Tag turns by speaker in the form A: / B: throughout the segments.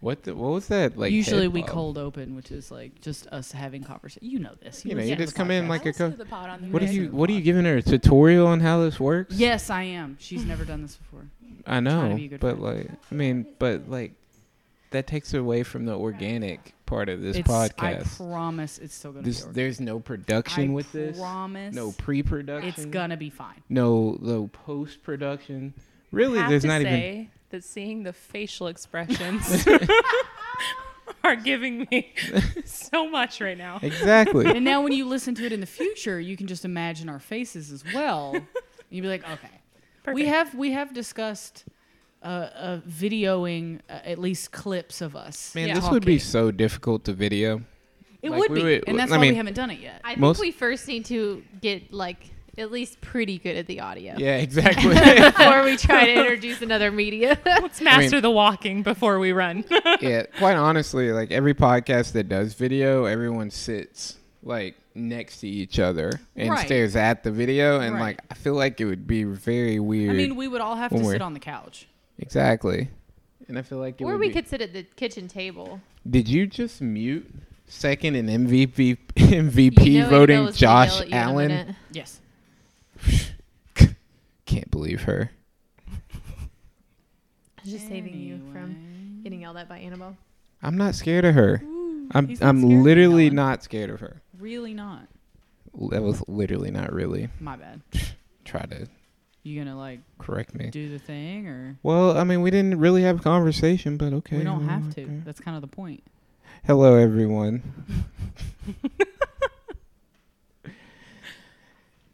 A: What the, what was that like?
B: Usually
A: head
B: we
A: bob?
B: cold open, which is like just us having conversation. You know this.
A: You know,
B: listen
A: you
B: to
A: just
B: the
A: come in
B: podcast.
A: like a
C: listen
A: co-
C: to the pod on the
A: What are
C: internet.
A: you What are you giving her a tutorial on how this works?
B: Yes, I am. She's never done this before.
A: I
B: trying to
A: know,
B: be a good
A: but
B: friend.
A: like, I mean, but like, that takes away from the organic part of this
B: It's- I
A: podcast.
B: promise it's still gonna
A: This,
B: be.
A: there's no
B: organic.
A: production
B: I
A: with this.
B: Promise.
A: No pre-production.
B: It's gonna be fine.
A: no no post-production. Really,
C: have
A: there's
C: to
A: not
C: say
A: even.
C: that seeing the facial expressions are giving me so much right now.
A: Exactly.
B: And now when you listen to it in the future, you can just imagine our faces as well. And you'd be like, okay, we
C: Perfect.
B: have we have discussed uh, uh, videoing uh, at least clips of us.
A: Man,
C: Yeah.
A: this would be
B: talking.
A: so difficult to video.
B: It
A: like,
B: would
A: we
B: be,
A: would-
B: and that's
A: I
B: why
A: mean-
B: we haven't done it yet.
D: I think
A: Most-
D: we first need to get like at least pretty good at the audio
A: Yeah, exactly.
D: before we try to introduce another media.
C: Let's master the walking before we run.
A: yeah, quite honestly, like every podcast that does video, everyone sits like next to each other and
B: Right.
A: stares at the video, and
B: Right.
A: like I feel like it would be very weird.
B: I mean, we would all have
A: When
B: to
A: we're-
B: sit on the couch.
A: exactly. And I feel like it
D: or
A: would
D: we
A: be-
D: could sit at the kitchen table.
A: Did you just mute second in MVP MVP
D: You know Annabelle
A: E voting
D: was gonna yell
A: Josh
D: at you in a
A: Allen?
D: minute.
B: Yes.
A: Can't believe her.
D: I'm just saving you from getting yelled at by Annabelle.
A: I'm not scared of her. I'm
B: he's not scared
A: I'm
B: of
A: literally
B: Ellen.
A: not scared of her.
B: Really not.
A: That was literally not really.
B: My bad.
A: Try to
B: You gonna like
A: correct me.
B: do the thing or
A: Well, I mean, we didn't really have a conversation, but okay.
B: we don't have to.
A: okay.
B: That's kind of the point.
A: Hello, everyone.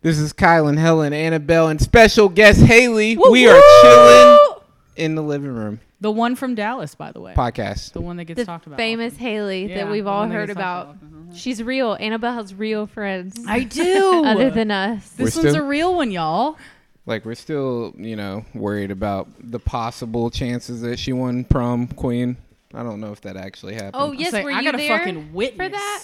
A: this is Kyle and Helen, Annabelle, and special guest Haley. we are chilling in the living room
B: The one from Dallas, by the way.
A: podcast.
B: The one that gets
D: The
B: talked about.
D: famous
B: often.
D: Haley
B: Yeah,
D: that we've
B: the
D: all
B: one
D: heard
B: gets talked
D: about.
B: often. Mhm.
D: She's real. Annabelle has real friends
B: I do.
D: other than us.
B: this
A: We're
B: one's
A: still-
B: a real one, y'all.
A: Like we're still, you know, worried about the possible chances that she won prom queen. I don't know if that actually happened.
D: Oh yes,
B: Say,
D: were
B: I
D: you
B: gotta
D: there
B: fucking witness
D: for that?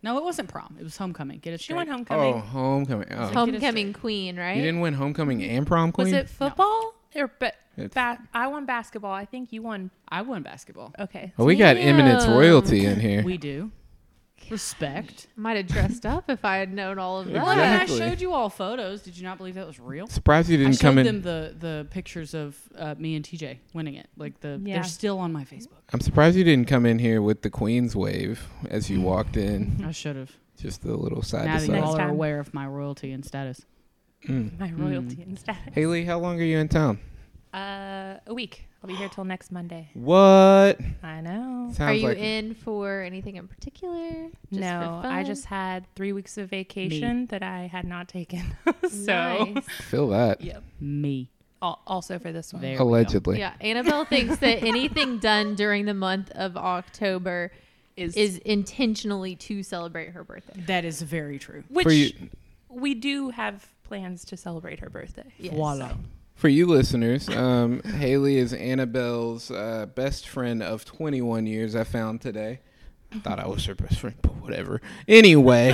B: No, it wasn't prom. It was homecoming. Get it
C: She
B: straight.
C: went
A: Oh,
C: homecoming.
A: homecoming. Oh.
B: Home-
D: Homecoming queen, right?
A: you didn't win homecoming and prom queen.
C: Was it football or ba-
A: It's-
C: ba- I won basketball. I think you won.
B: I won basketball.
C: Okay.
A: Oh, we got Eminence
D: Damn.
A: royalty in here.
B: We do. Respect.
D: Might have dressed up if I had known all of
B: Well, I
D: that.
B: mean,
A: Exactly.
B: I showed you all photos. Did you not believe that was real?
A: Surprised you
B: I
A: didn't
B: showed
A: come in.
B: them the the pictures of uh, me and TJ winning it. Like the
C: Yeah.
B: they're still on my Facebook.
A: I'm surprised you didn't come in here with the Queen's wave as
C: Mm-hmm.
A: you walked in.
B: I should have.
A: Just a little side
B: Now
A: to
B: that you
A: side.
B: all are
C: time.
B: aware of my royalty and status.
C: My
A: Hmm.
C: royalty instead.
A: Haley, how long are you in town?
C: Uh, a week. I'll be here till next Monday.
A: What?
C: I know.
A: Sounds
D: Are you
A: like
D: in for anything in particular? Just
C: no,
D: for
C: I
D: fun?
C: just had three weeks of vacation that I had not taken. so,
D: Nice.
A: feel that
C: yep.
B: Me.
C: Al- also for this one.
B: There we go.
A: allegedly.
D: Yeah, Annabelle thinks that anything done during the month of October
C: Is,
D: is intentionally to celebrate her birthday.
B: That is very true.
C: which
A: For you,
C: we do have plans to celebrate her birthday.
D: Yes.
B: Voila.
A: for you listeners, um, Haley is Annabelle's uh, best friend of 21 years. I found today. I thought I was her best friend, but whatever. Anyway,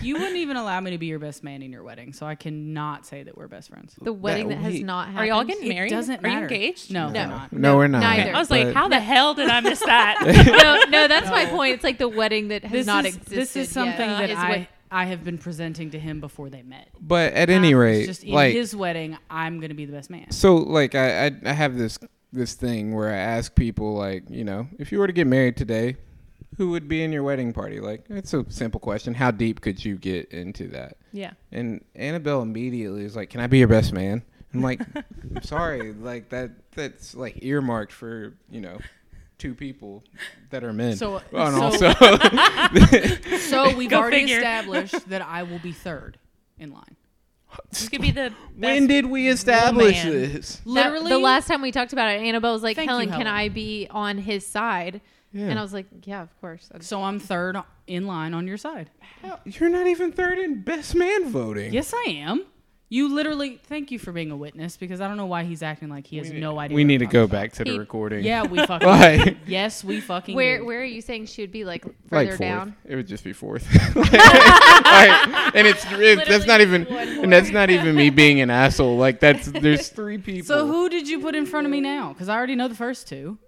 B: you wouldn't even allow me to be your best man in your wedding, so I cannot say that we're best friends.
D: The wedding that, has
A: week.
D: not happened.
C: Are y'all getting married?
B: It doesn't
C: Are
B: matter.
C: you engaged?
B: No,
D: No.
B: we're not.
A: no, we're not.
D: neither.
C: I was
A: But
C: like, how the hell did I miss that?
D: no, no, that's my point. It's like the wedding that has
B: This
D: not
B: is,
D: existed.
B: this is something
D: yet,
B: that
D: is
B: I
D: what-
B: I have been presenting to him before they met.
A: But at any
B: It's
A: rate,
B: just in
A: like
B: his wedding, I'm gonna be the best man.
A: So like I, I I have this this thing where I ask people like you know if you were to get married today, who would be in your wedding party? Like it's a simple question. How deep could you get into that?
C: yeah.
A: And Annabelle immediately is like, "Can I be your best man?" I'm like, "I'm sorry, like that that's like earmarked for you know." Two people that are men.
B: So-
A: Oh, and
B: so-
A: also,
B: So we've
C: Go
B: already
C: figure.
B: established that I will be third in line.
C: You could be the
A: when
C: best
A: did we establish
C: woman.
A: this?
D: that-
B: Literally,
D: the last time we talked about it, Annabelle was like,
B: Thank you,
D: Helen, can
B: Helen."
D: I be on his side?
A: Yeah.
D: And I was like, yeah, of course.
B: So I'm third in line on your side.
A: You're not even third in best man voting.
B: Yes, I am. You literally. Thank you for being a witness because I don't know why he's acting like he has no idea.
A: We
B: what
A: need
B: I'm
A: to
B: talking
A: go
B: about.
A: back to the
D: He-
A: recording.
B: Yeah, we fucking.
A: Why?
B: Yes, we fucking.
D: Where
B: do.
D: where are you saying she would be like
A: like
D: further
A: fourth.
D: down?
A: It would just be fourth. Like- like, and it's, it's that's not even and that's not even me being an asshole. Like that's there's three people.
B: So who did you put in front of me now? Because I already know the first two.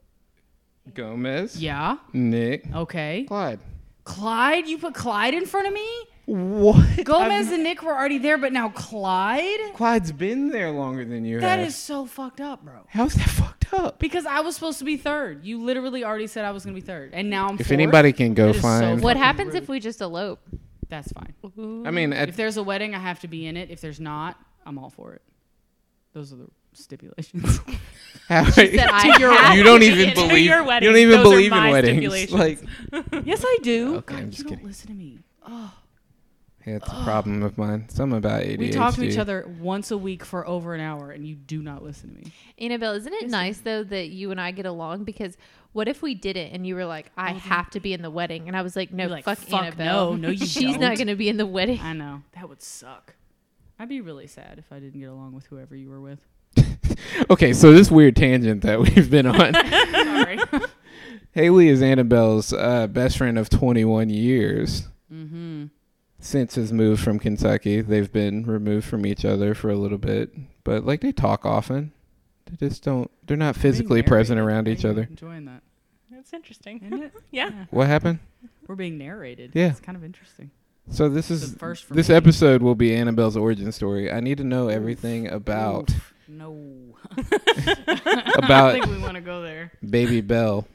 A: Gomez.
B: Yeah.
A: Nick.
B: Okay.
A: Clyde.
B: Clyde, you put Clyde in front of me?
A: What?
B: Gomez and Nick were already there, but now Clyde?
A: Clyde's been there longer than you
B: That
A: have.
B: is so fucked up, bro.
A: How's that fucked up?
B: Because I was supposed to be third. You literally already said I was going to be third. And now I'm
A: If
B: fourth?
A: anybody can go
B: That is so
A: find.
B: fucked
D: What happens if we just elope?
B: That's fine.
A: I mean,
B: If
A: at,
B: there's a wedding, I have to be in it. If there's not, I'm all for it. Those are the stipulations.
A: how,
D: That I have
A: you don't
D: to
A: even
D: get in.
C: To
A: believe.
C: your
A: you
C: wedding,
A: don't even
C: those are
A: believe in
C: my
A: weddings.
C: stipulations.
A: Like,
B: yes, I do.
A: Okay,
B: God,
A: I'm
B: you
A: just
B: don't
A: kidding.
B: listen to me.
A: yeah, it's a problem of mine. Something about ADHD.
B: We talk to each other once a week for over an hour, and you do not listen to me.
D: Annabelle, isn't it nice though that you and I get along? Because what if we did it and you were like, I have to be in the wedding, and I was like, No,
B: Mm-hmm. You're like,
D: fuck,
B: "Fuck
D: Annabelle,
B: no, no, you
D: she's
B: don't."
D: not gonna be in the wedding.
B: I know that would suck. I'd be really sad if I didn't get along with whoever you were with.
A: Okay, so this weird tangent that we've been on.
B: Sorry.
A: Haley is Annabelle's uh, best friend of 21 years.
B: mm-hmm.
A: Since his move from Kentucky, they've been removed from each other for a little bit, but like they talk often. They just don't. They're not physically present around each other.
B: Enjoying that,
C: That's interesting.
B: isn't it?
C: Yeah.
A: What happened?
B: We're being narrated.
A: Yeah.
B: it's kind of interesting.
A: So this
B: It's
A: is
B: the first for
A: this
B: me.
A: episode will be Annabelle's origin story. I need to know everything about Uh,
B: Oof. no. I
A: about
B: think we want to go there.
A: Baby Belle,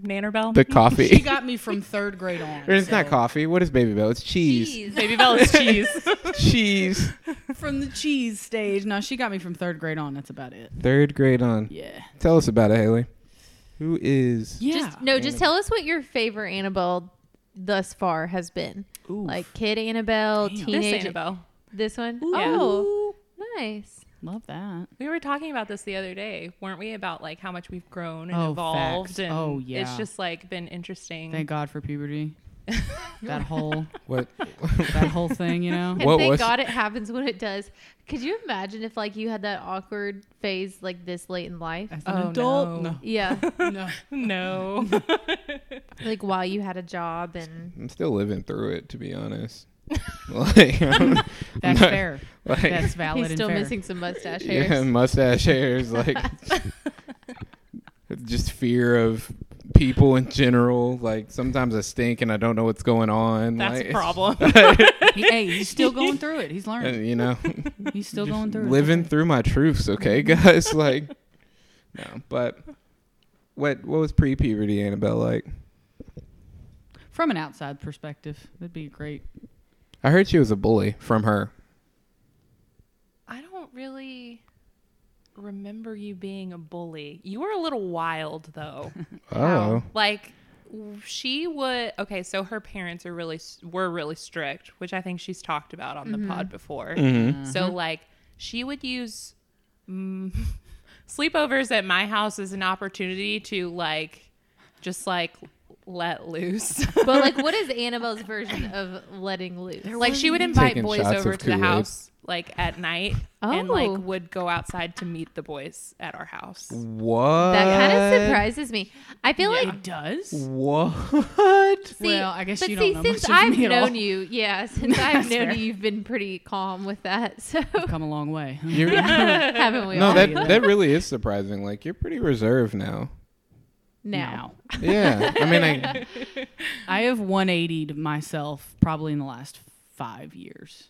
C: Nannerbell.
A: the
B: She
A: coffee.
B: got me from third grade on.
A: Or it's not
B: so-
A: coffee. What is Baby Belle? It's cheese.
C: Baby Bell is cheese.
A: Cheese.
B: From the cheese stage. No, she got me from third grade on. That's about it.
A: Third grade on.
B: Yeah.
A: Tell us about it, Haley. Who is
B: Yeah.
D: Just no, just tell us what your favorite Annabelle thus far has been.
B: Oof.
D: Like kid Annabelle,
B: Damn.
C: this
D: teenage
C: Annabelle.
D: this one.
C: Yeah.
D: Oh, nice.
B: love that.
C: We were talking about this the other day, weren't we? About like how much we've grown and
B: Oh,
C: evolved,
B: facts.
C: and
B: Oh,
C: it's
B: yeah.
C: just like been interesting.
B: Thank God for puberty. that whole
A: what?
B: that whole thing, you know.
D: And
A: What
D: thank
A: was-
D: God it happens when it does. Could you imagine if like you had that awkward phase like this late in life?
B: As
C: Oh, no.
D: Yeah,
B: no. no.
C: no,
D: like while you had a job and
A: I'm still living through it, to be honest. like, I'm-
B: That's
A: not-
B: fair.
A: like,
B: That's valid
D: he's still
B: and fair.
D: missing some mustache hairs.
A: yeah, mustache hairs, like just fear of people in general. Like sometimes I stink and I don't know what's going on.
C: that's
A: like,
C: a problem.
B: He- hey, he's still going through it. He's learning.
A: You know,
B: He's still
A: just
B: going through
A: living
B: it.
A: through my truths. Okay, guys, like no, but what what was pre-puberty Annabelle like?
B: From an outside perspective, that'd be great.
A: I heard she was a bully from her.
C: I don't really remember you being a bully. You were a little wild though.
A: Oh,
C: Um, like w- she would okay so her parents are really s- were really strict which i think she's talked about on the pod before
A: Mm-hmm.
C: so like she would use mm, sleepovers at my house as an opportunity to like just like let loose
D: But like, what is Annabelle's version of letting loose?
C: like she would invite
A: Taking
C: boys
A: shots
C: over
A: of
C: to the
A: Kool-Aid.
C: house like at night and
D: Oh.
C: like would go outside to meet the boys at our house
A: what?
D: that kind of surprises me. I feel like
B: It does.
A: What?
D: See,
B: Well, I guess
D: but
B: you don't
D: see,
B: know
D: since
B: much of
D: I've
B: me at
D: known
B: all.
D: you, yeah, since I've
B: That's
D: known
B: fair.
D: you, you've been pretty calm with that. So
B: Come a long way.
A: You're,
D: haven't we?
A: No,
D: all
A: that
B: Yeah.
A: that really is surprising. Like you're pretty reserved now.
D: now.
A: Yeah, I mean, I,
B: I have 180'd myself probably in the last five years.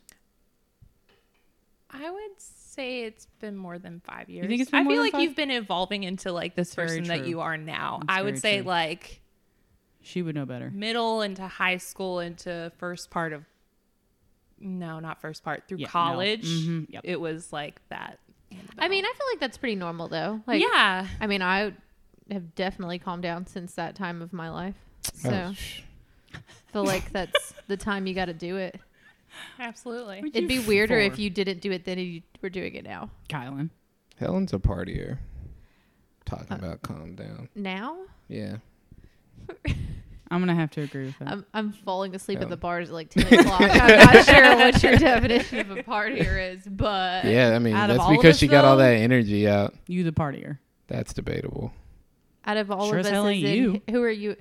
C: I would say it's been more than five years.
B: think it's been
C: I
B: more
C: feel
B: than
C: like
B: five?
C: you've been evolving into like this
B: very
C: person that
B: true.
C: you are now.
B: That's
C: I would
B: very
C: say
B: true.
C: like
B: She would know better.
C: middle into high school into first part of no, not first part through
B: Yeah, no.
C: college.
A: Mm-hmm.
B: Mhm, yep.
C: It was like that.
D: I mean, I feel like that's pretty normal though. Like,
C: yeah,
D: I mean, I have definitely calmed down since that time of my life. So
A: oh, sh-
D: feel like that's the time you got to do it.
C: absolutely.
D: It'd be weirder if you didn't do it then and you were doing it now.
B: Kylan.
A: Helen's a partier. Talking
D: Uh,
A: about calm down.
D: Now
A: Yeah,
B: I'm gonna have to agree with that.
D: I'm I'm falling asleep at
A: Yeah.
D: the bars at like ten o'clock. I'm not sure what your definition of a partier is, but
A: yeah. I mean,
D: uh, Out of
A: that's
D: all of
A: because
D: us,
A: she got all
D: though-
A: that energy out.
C: Oh.
B: you the partier.
A: That's debatable.
D: out of all
B: Sure
D: of
B: as
D: us,
B: hell
D: is
B: ain't
D: in-
B: you.
D: who are you?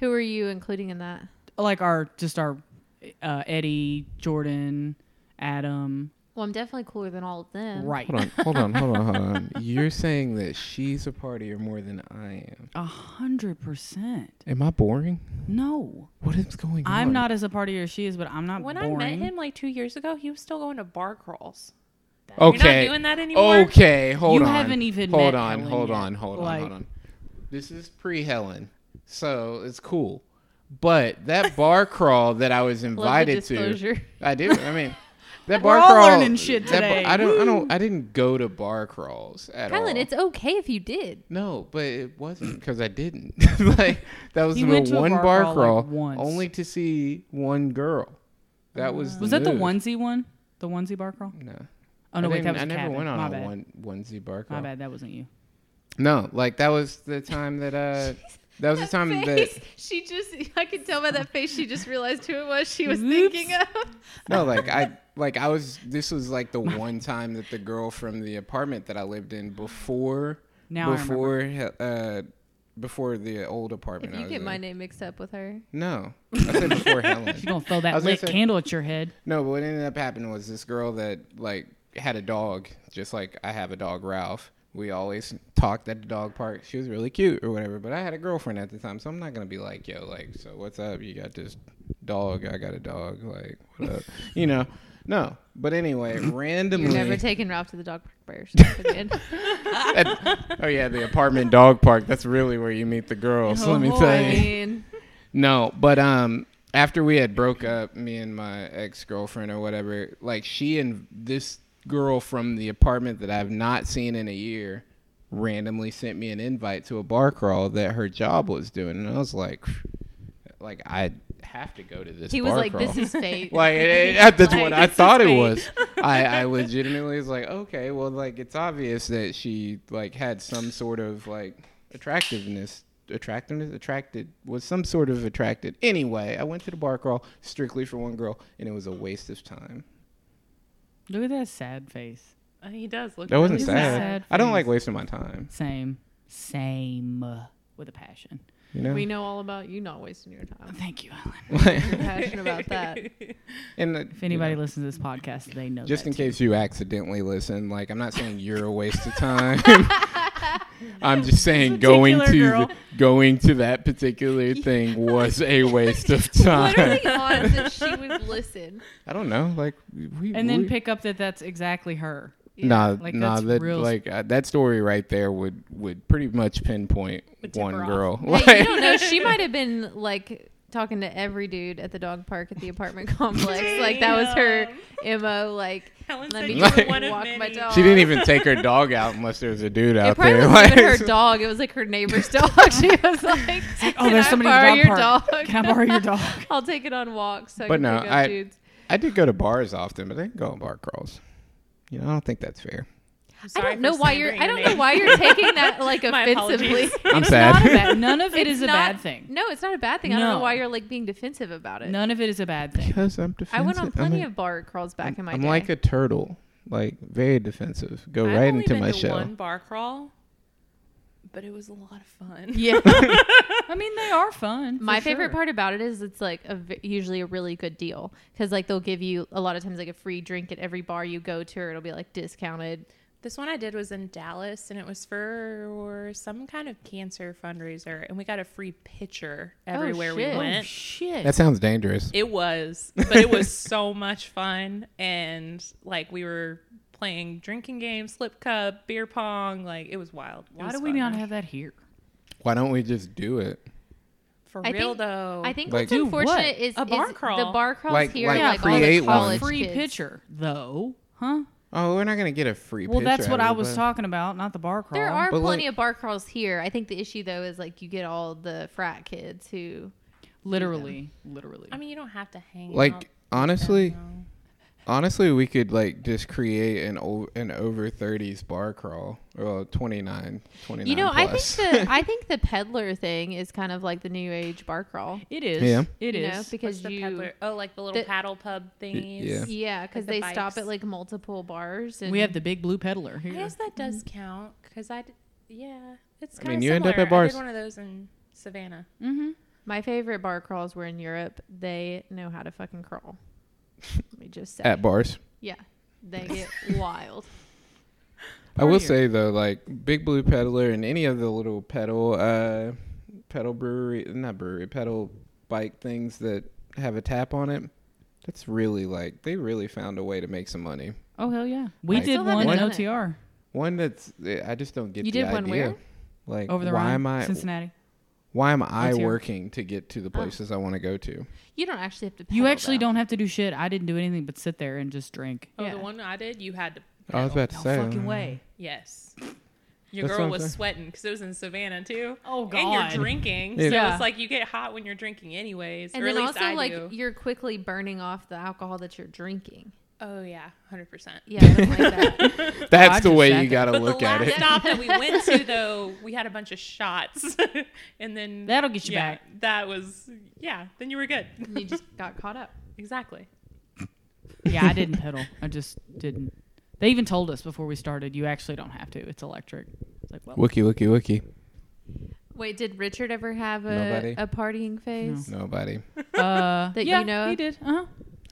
D: Who are you including in that?
B: Like our just our uh, Eddie, Jordan, Adam,
D: Well, I'm definitely cooler than all of
C: Um,
D: them.
B: Right.
A: Hold on, hold on, hold on, hold on. You're saying that she's a partier more than I am.
B: A hundred percent.
A: Am I boring?
B: No.
A: What is going on?
B: I'm not as a partier as she is, but I'm not
C: When
B: boring.
C: I met him like two years ago, he was still going to bar crawls.
A: Okay.
C: doing that anymore?
A: Okay, hold
B: You
A: on.
B: haven't even
A: hold
B: met
A: on,
B: Helen
A: hold
B: yet.
A: on, hold on,
B: Like-
A: hold on. This is pre Helen, so it's cool. But that bar crawl that I was invited to,
D: disclosure.
A: I do. I mean, that
B: We're
A: bar
B: all
A: crawl.
B: learning shit
A: that bar-
B: today.
A: I don't. I don't. I didn't go to bar crawls at
D: Helen,
A: all.
D: it's okay if you did.
A: No, but it wasn't because I didn't. like that was
B: He
A: the
B: went to a
A: one
B: bar
A: bar,
B: crawl,
A: crawl,
B: like, once.
A: only to see one girl. That was the
B: was that the
A: move.
B: onesie one? The onesie bar crawl?
A: No,
B: Oh no,
A: I,
B: wait,
A: didn't-
B: that was
A: I never
B: Cabin.
A: went on
B: My
A: a
B: bad.
A: one onesie bar
B: My
A: crawl.
B: bad, that wasn't you.
A: No, like that was the time that uh, that was the time that
D: she just, I could tell by that face, she just realized who it was she was
B: Oops.
D: thinking of.
A: no, like I like I was. This was like the one time that the girl from the apartment that I lived in before
B: Now I
A: before uh before the old apartment.
D: If
A: I
D: you
A: was
D: get
A: in.
D: my name mixed up with her,
A: No, I said before Helen.
B: She's gonna throw
A: I
B: that
A: was gonna
B: lit
A: say-
B: candle at your head.
A: No, but what ended up happening was this girl that like had a dog, just like I have a dog, Ralph. We always talked at the dog park. She was really cute or whatever, but I had a girlfriend at the time, so I'm not gonna be like, yo, like, so what's up? You got this dog? I got a dog. Like, what up? you know? No. But anyway, randomly,
D: you're never taking Ralph to the dog park by yourself again.
A: at- oh yeah, the apartment dog park. That's really where you meet the girls. let me tell
D: I
A: you.
D: mean,
A: No, but um, after we had broke up, me and my ex girlfriend or whatever, like she and this girl from the apartment that I've not seen in a year randomly sent me an invite to a bar crawl that her job was doing, and I was like, like I have to go to this.
D: he was
A: bar
D: like,
A: crawl.
D: "This is fate."
A: Like eh, it, it- that's
D: Like,
A: what I
D: this
A: thought
D: is
A: it
D: fake.
A: was. I, I legitimately was like, okay, well, like it's obvious that she like had some sort of like attractiveness, attractiveness, attracted was some sort of attracted. Anyway, I went to the bar crawl strictly for one girl, and it was a waste of time.
B: Look at that sad face.
C: He does look.
A: That wasn't
B: Isn't
A: sad.
B: that sad
A: I don't
B: face?
A: like wasting my time.
B: Same. Same with a passion.
A: You know,
D: We know all about you not wasting your time.
B: Thank you, Ellen.
D: You're passionate about that.
A: and uh,
B: If anybody listens to this podcast, they know
A: just
B: that
A: in
B: too.
A: case you accidentally listen, like I'm not saying you're a waste of time. I'm just saying going to
B: particular
A: the, going to that particular thing was a waste of time.
D: Literally odds that she would listen.
A: I don't know, like we
B: And then
A: we-
B: pick up that that's exactly her.
A: Nah,
B: like,
A: nah,
B: that's
A: that
B: real-
A: like uh, that story right there would would pretty much pinpoint
C: Would tip
A: one
C: her off.
A: girl.
D: Hey, you don't know. She might have been like talking to every dude at the dog park at the apartment complex. Like that was her mo. Like
C: Helen
D: let
C: said
D: me
C: you
A: just
C: were
A: like
C: one of
D: walk
C: many.
D: my dog.
A: she didn't even take her dog out unless there was a dude
D: it
A: out
D: probably
A: there.
D: wasn't even her
A: Like,
D: dog. It was like her neighbor's dog. She was like,
B: Oh, there's
D: "Can
B: somebody
D: I borrow
B: at the
D: your
B: dog
D: dog?
B: park. Can I borrow your dog?
D: I'll take it on walks. So I
A: But
D: can
A: no,
D: pick up
A: I-
D: dudes.
A: I did go to bars often, but I didn't go on bar crawls. You know, I don't think that's fair.
C: I'm
D: I
C: sorry
D: don't
C: for
D: know why you're.
C: slandering
D: I
C: your
D: don't know
C: name.
D: why you're taking that like
C: My
D: offensively.
C: apologies.
A: I'm
B: It's
A: sad.
B: not a bad- none of it is
D: It's
B: a
D: not-
B: bad thing.
D: No, it's not a bad thing. I don't know
B: No.
D: why you're like being defensive about it.
B: None of it is a bad thing.
A: Because I'm defensive.
D: I went on
A: I'm
D: plenty
A: a-
D: of bar crawls back in my
A: I'm
D: day.
A: like a turtle, like very defensive. Go
C: I've
A: right
C: only
A: into
C: been
A: my
C: to
A: shell.
C: One bar crawl, but it was a lot of fun.
D: yeah.
B: I mean, they are fun. for
D: My favorite
B: sure.
D: part about it is it's like a v usually a really good deal because like they'll give you a lot of times like a free drink at every bar you go to, or it'll be like discounted.
C: This one I did was in Dallas, and it was for some kind of cancer fundraiser, and we got a free pitcher everywhere we
D: shit.
B: Oh,
C: went.
B: shit.
A: That sounds dangerous.
C: It was, but it was so much fun, and like we were playing drinking games, slip cup, beer pong, like it was wild. It
B: Why
C: was
B: do we
C: fun.
B: not have that here?
A: Why don't we just do it?
C: for
D: I
C: real
D: think-
C: though?
D: I think
A: Like-
D: what's
A: Do
D: unfortunate
B: Oh, what?
D: is
C: A bar
D: is The
C: crawl.
D: bar crawls
A: Like-
D: here,
A: like
D: like,
A: create
D: all the
A: one.
D: college
B: free
D: kids.
B: pitcher though, huh?
A: Oh, we're not gonna get a free.
B: Well,
A: picture
B: that's what
A: out
B: I
A: of it,
B: was
A: but-
B: talking about, not the bar crawl.
D: There are
A: But,
D: plenty
A: like-
D: of bar crawls here. I think the issue though is like you get all the frat kids who
B: literally, literally.
C: I mean, you don't have to hang. out.
A: Like honestly, honestly, we could like just create an o- an over thirties bar crawl. Well, 29, 29
D: you know. I
A: plus.
D: think the I think the peddler thing is kind of like the new age bar crawl.
B: it is.
A: Yeah.
B: It
D: you
B: is.
D: know,
C: What's
D: because
C: the
D: you
C: peddler? Oh, like the little
D: the-
C: paddle pub thingies.
A: yeah.
D: yeah because
C: the
D: they
C: bikes.
D: stop at like multiple bars and
B: we have the big blue peddler here.
C: I guess that does count because I, d- yeah, it's
A: Mm-hmm. I
C: kind of
A: mean, you end up at
C: I
A: bars.
C: did one of those in Savannah.
B: Mm-hmm.
D: My favorite bar crawls were in Europe. They know how to fucking crawl. Let me just say.
A: at bars.
D: yeah. They get wild.
A: I will
B: Partier.
A: say though, like Big Blue Peddler and any of the little pedal, uh, pedal brewery, not brewery, pedal bike things that have a tap on it. That's really like they really found a way to make some money.
B: Oh hell yeah, we
A: Like,
B: did
D: Still haven't
B: one in
D: done it.
B: OTR
A: One that's eh, I just don't get.
D: You
A: the
D: did one
A: idea.
D: where?
A: Like
B: over the
A: why
B: Rhine,
A: am I
B: Cincinnati.
A: why am I
B: What's your-
A: working to get to the places I want to go to?
D: You don't actually have to.
B: You
D: pedal,
B: actually
D: though.
B: don't have to do shit. I didn't do anything but sit there and just drink.
C: Oh,
D: Yeah.
C: the one I did, you had to.
A: I was
C: pedal.
A: about to say
C: Yes. Your
A: That's what
C: girl
A: I'm
C: was
A: saying.
C: sweating because it was in Savannah too.
B: Oh,
C: And
B: God.
C: you're drinking, so
B: Yeah.
C: it's like you get hot when you're drinking, anyways.
D: And
C: or
D: then
C: at least
D: also,
C: I
D: like
C: do.
D: you're quickly burning off the alcohol that you're drinking.
C: oh yeah, hundred percent.
D: Yeah, I don't like that.
A: That's
B: I
A: the
B: just
A: way
B: sat
A: you
B: there.
A: got to
C: But
A: look
C: the
A: at
C: last
A: it.
C: stop that we went to, though, we had a bunch of shots, and then
B: That'll get you
C: yeah,
B: back.
C: That was yeah. Then you were good.
D: you just got caught up.
C: Exactly.
B: yeah, I didn't pedal. I just didn't. They even told us before we started, you actually don't have to. It's electric. It's like, well,
A: Wookie, wookie, wookie.
D: Wait, did Richard ever have
A: Nobody.
D: a, a partying phase?
A: Nobody.
B: uh,
D: That
B: yeah,
D: you know
B: he
D: of?
B: did. Uh huh.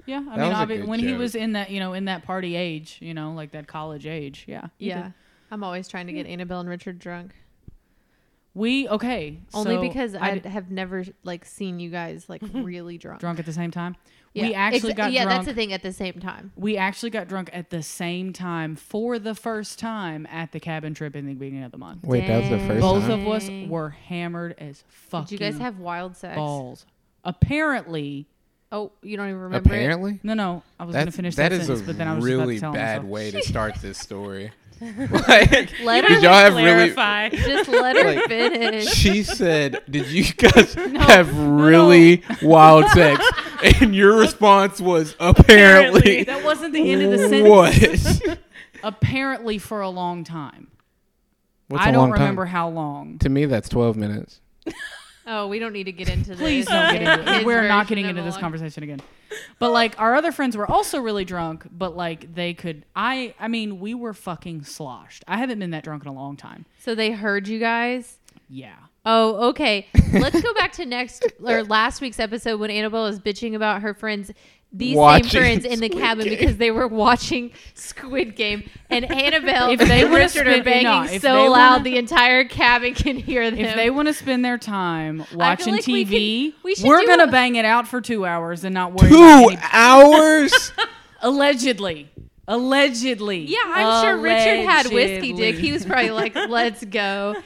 B: Yeah, I
A: That was
B: mean,
A: a
B: obvi-
A: good
B: when he
A: joke.
B: was in that, you know, in that party age, you know, like that college age. Yeah. he
D: Yeah,
B: did.
D: I'm always trying to get Annabelle and Richard drunk.
B: We okay.
D: Only
B: so
D: because
B: I
D: I
B: d-
D: have never like seen you guys like really drunk.
B: drunk at the same time.
D: Yeah.
B: We actually
D: Exa-
B: got
D: yeah.
B: drunk.
D: That's the thing. At the same time,
B: we actually got drunk at the same time for the first time at the cabin trip in the beginning of the month.
A: Wait, that was the
D: Dang.
A: first
B: Both
A: time.
B: of us
D: Dang.
B: were hammered as fucking
D: Mm. did you guys have wild sex?
B: balls. Apparently,
D: Oh, you don't even remember. it?
A: Apparently,
B: no, no. I was going to
A: That's,
B: finish that,
A: that is a
B: sentence, but then I was just
A: really
B: about to tell
A: bad
B: myself.
A: way to start this story. like,
D: Let
A: did
D: her
A: y'all have really?
C: Clarify.
D: just let her
A: Like-
D: finish.
A: She said, "Did you guys have really wild sex?" And your response was apparently.
B: That wasn't the end of the sentence.
A: What?
B: Apparently, for a long time.
A: What's
B: I
A: a
B: don't
A: long time?
B: remember how long.
A: To me, that's twelve minutes.
D: Oh, we don't need to get into this.
B: Please don't get into
D: His
B: it. We're not
D: version
B: getting
D: of
B: into
D: a
B: this
D: long-
B: conversation again. But like our other friends were also really drunk, but like they could I I mean, we were fucking sloshed. I haven't been that drunk in a long time.
D: So they heard you guys.
B: Yeah.
D: Oh, okay. Let's go back to next or last week's episode when Annabelle was bitching about her friends, these
A: Watching
D: same friends in the
A: Squid
D: cabin
A: Game.
D: because they were watching Squid Game, and Annabelle
B: If they
D: and
B: would've
D: Richard are
B: spent-
D: banging
B: no, if
D: so
B: they
D: loud
B: wanna-
D: the entire cabin can hear them.
B: If they want to spend their time watching
D: like we
B: TV,
D: can-
B: we
D: we should
B: are
D: do
B: gonna
D: a-
B: bang it out for two hours and not worry. about
A: Two
B: any-
A: hours.
B: allegedly, allegedly.
D: yeah, I'm sure Richard had whiskey dick. He was probably like, "Let's go."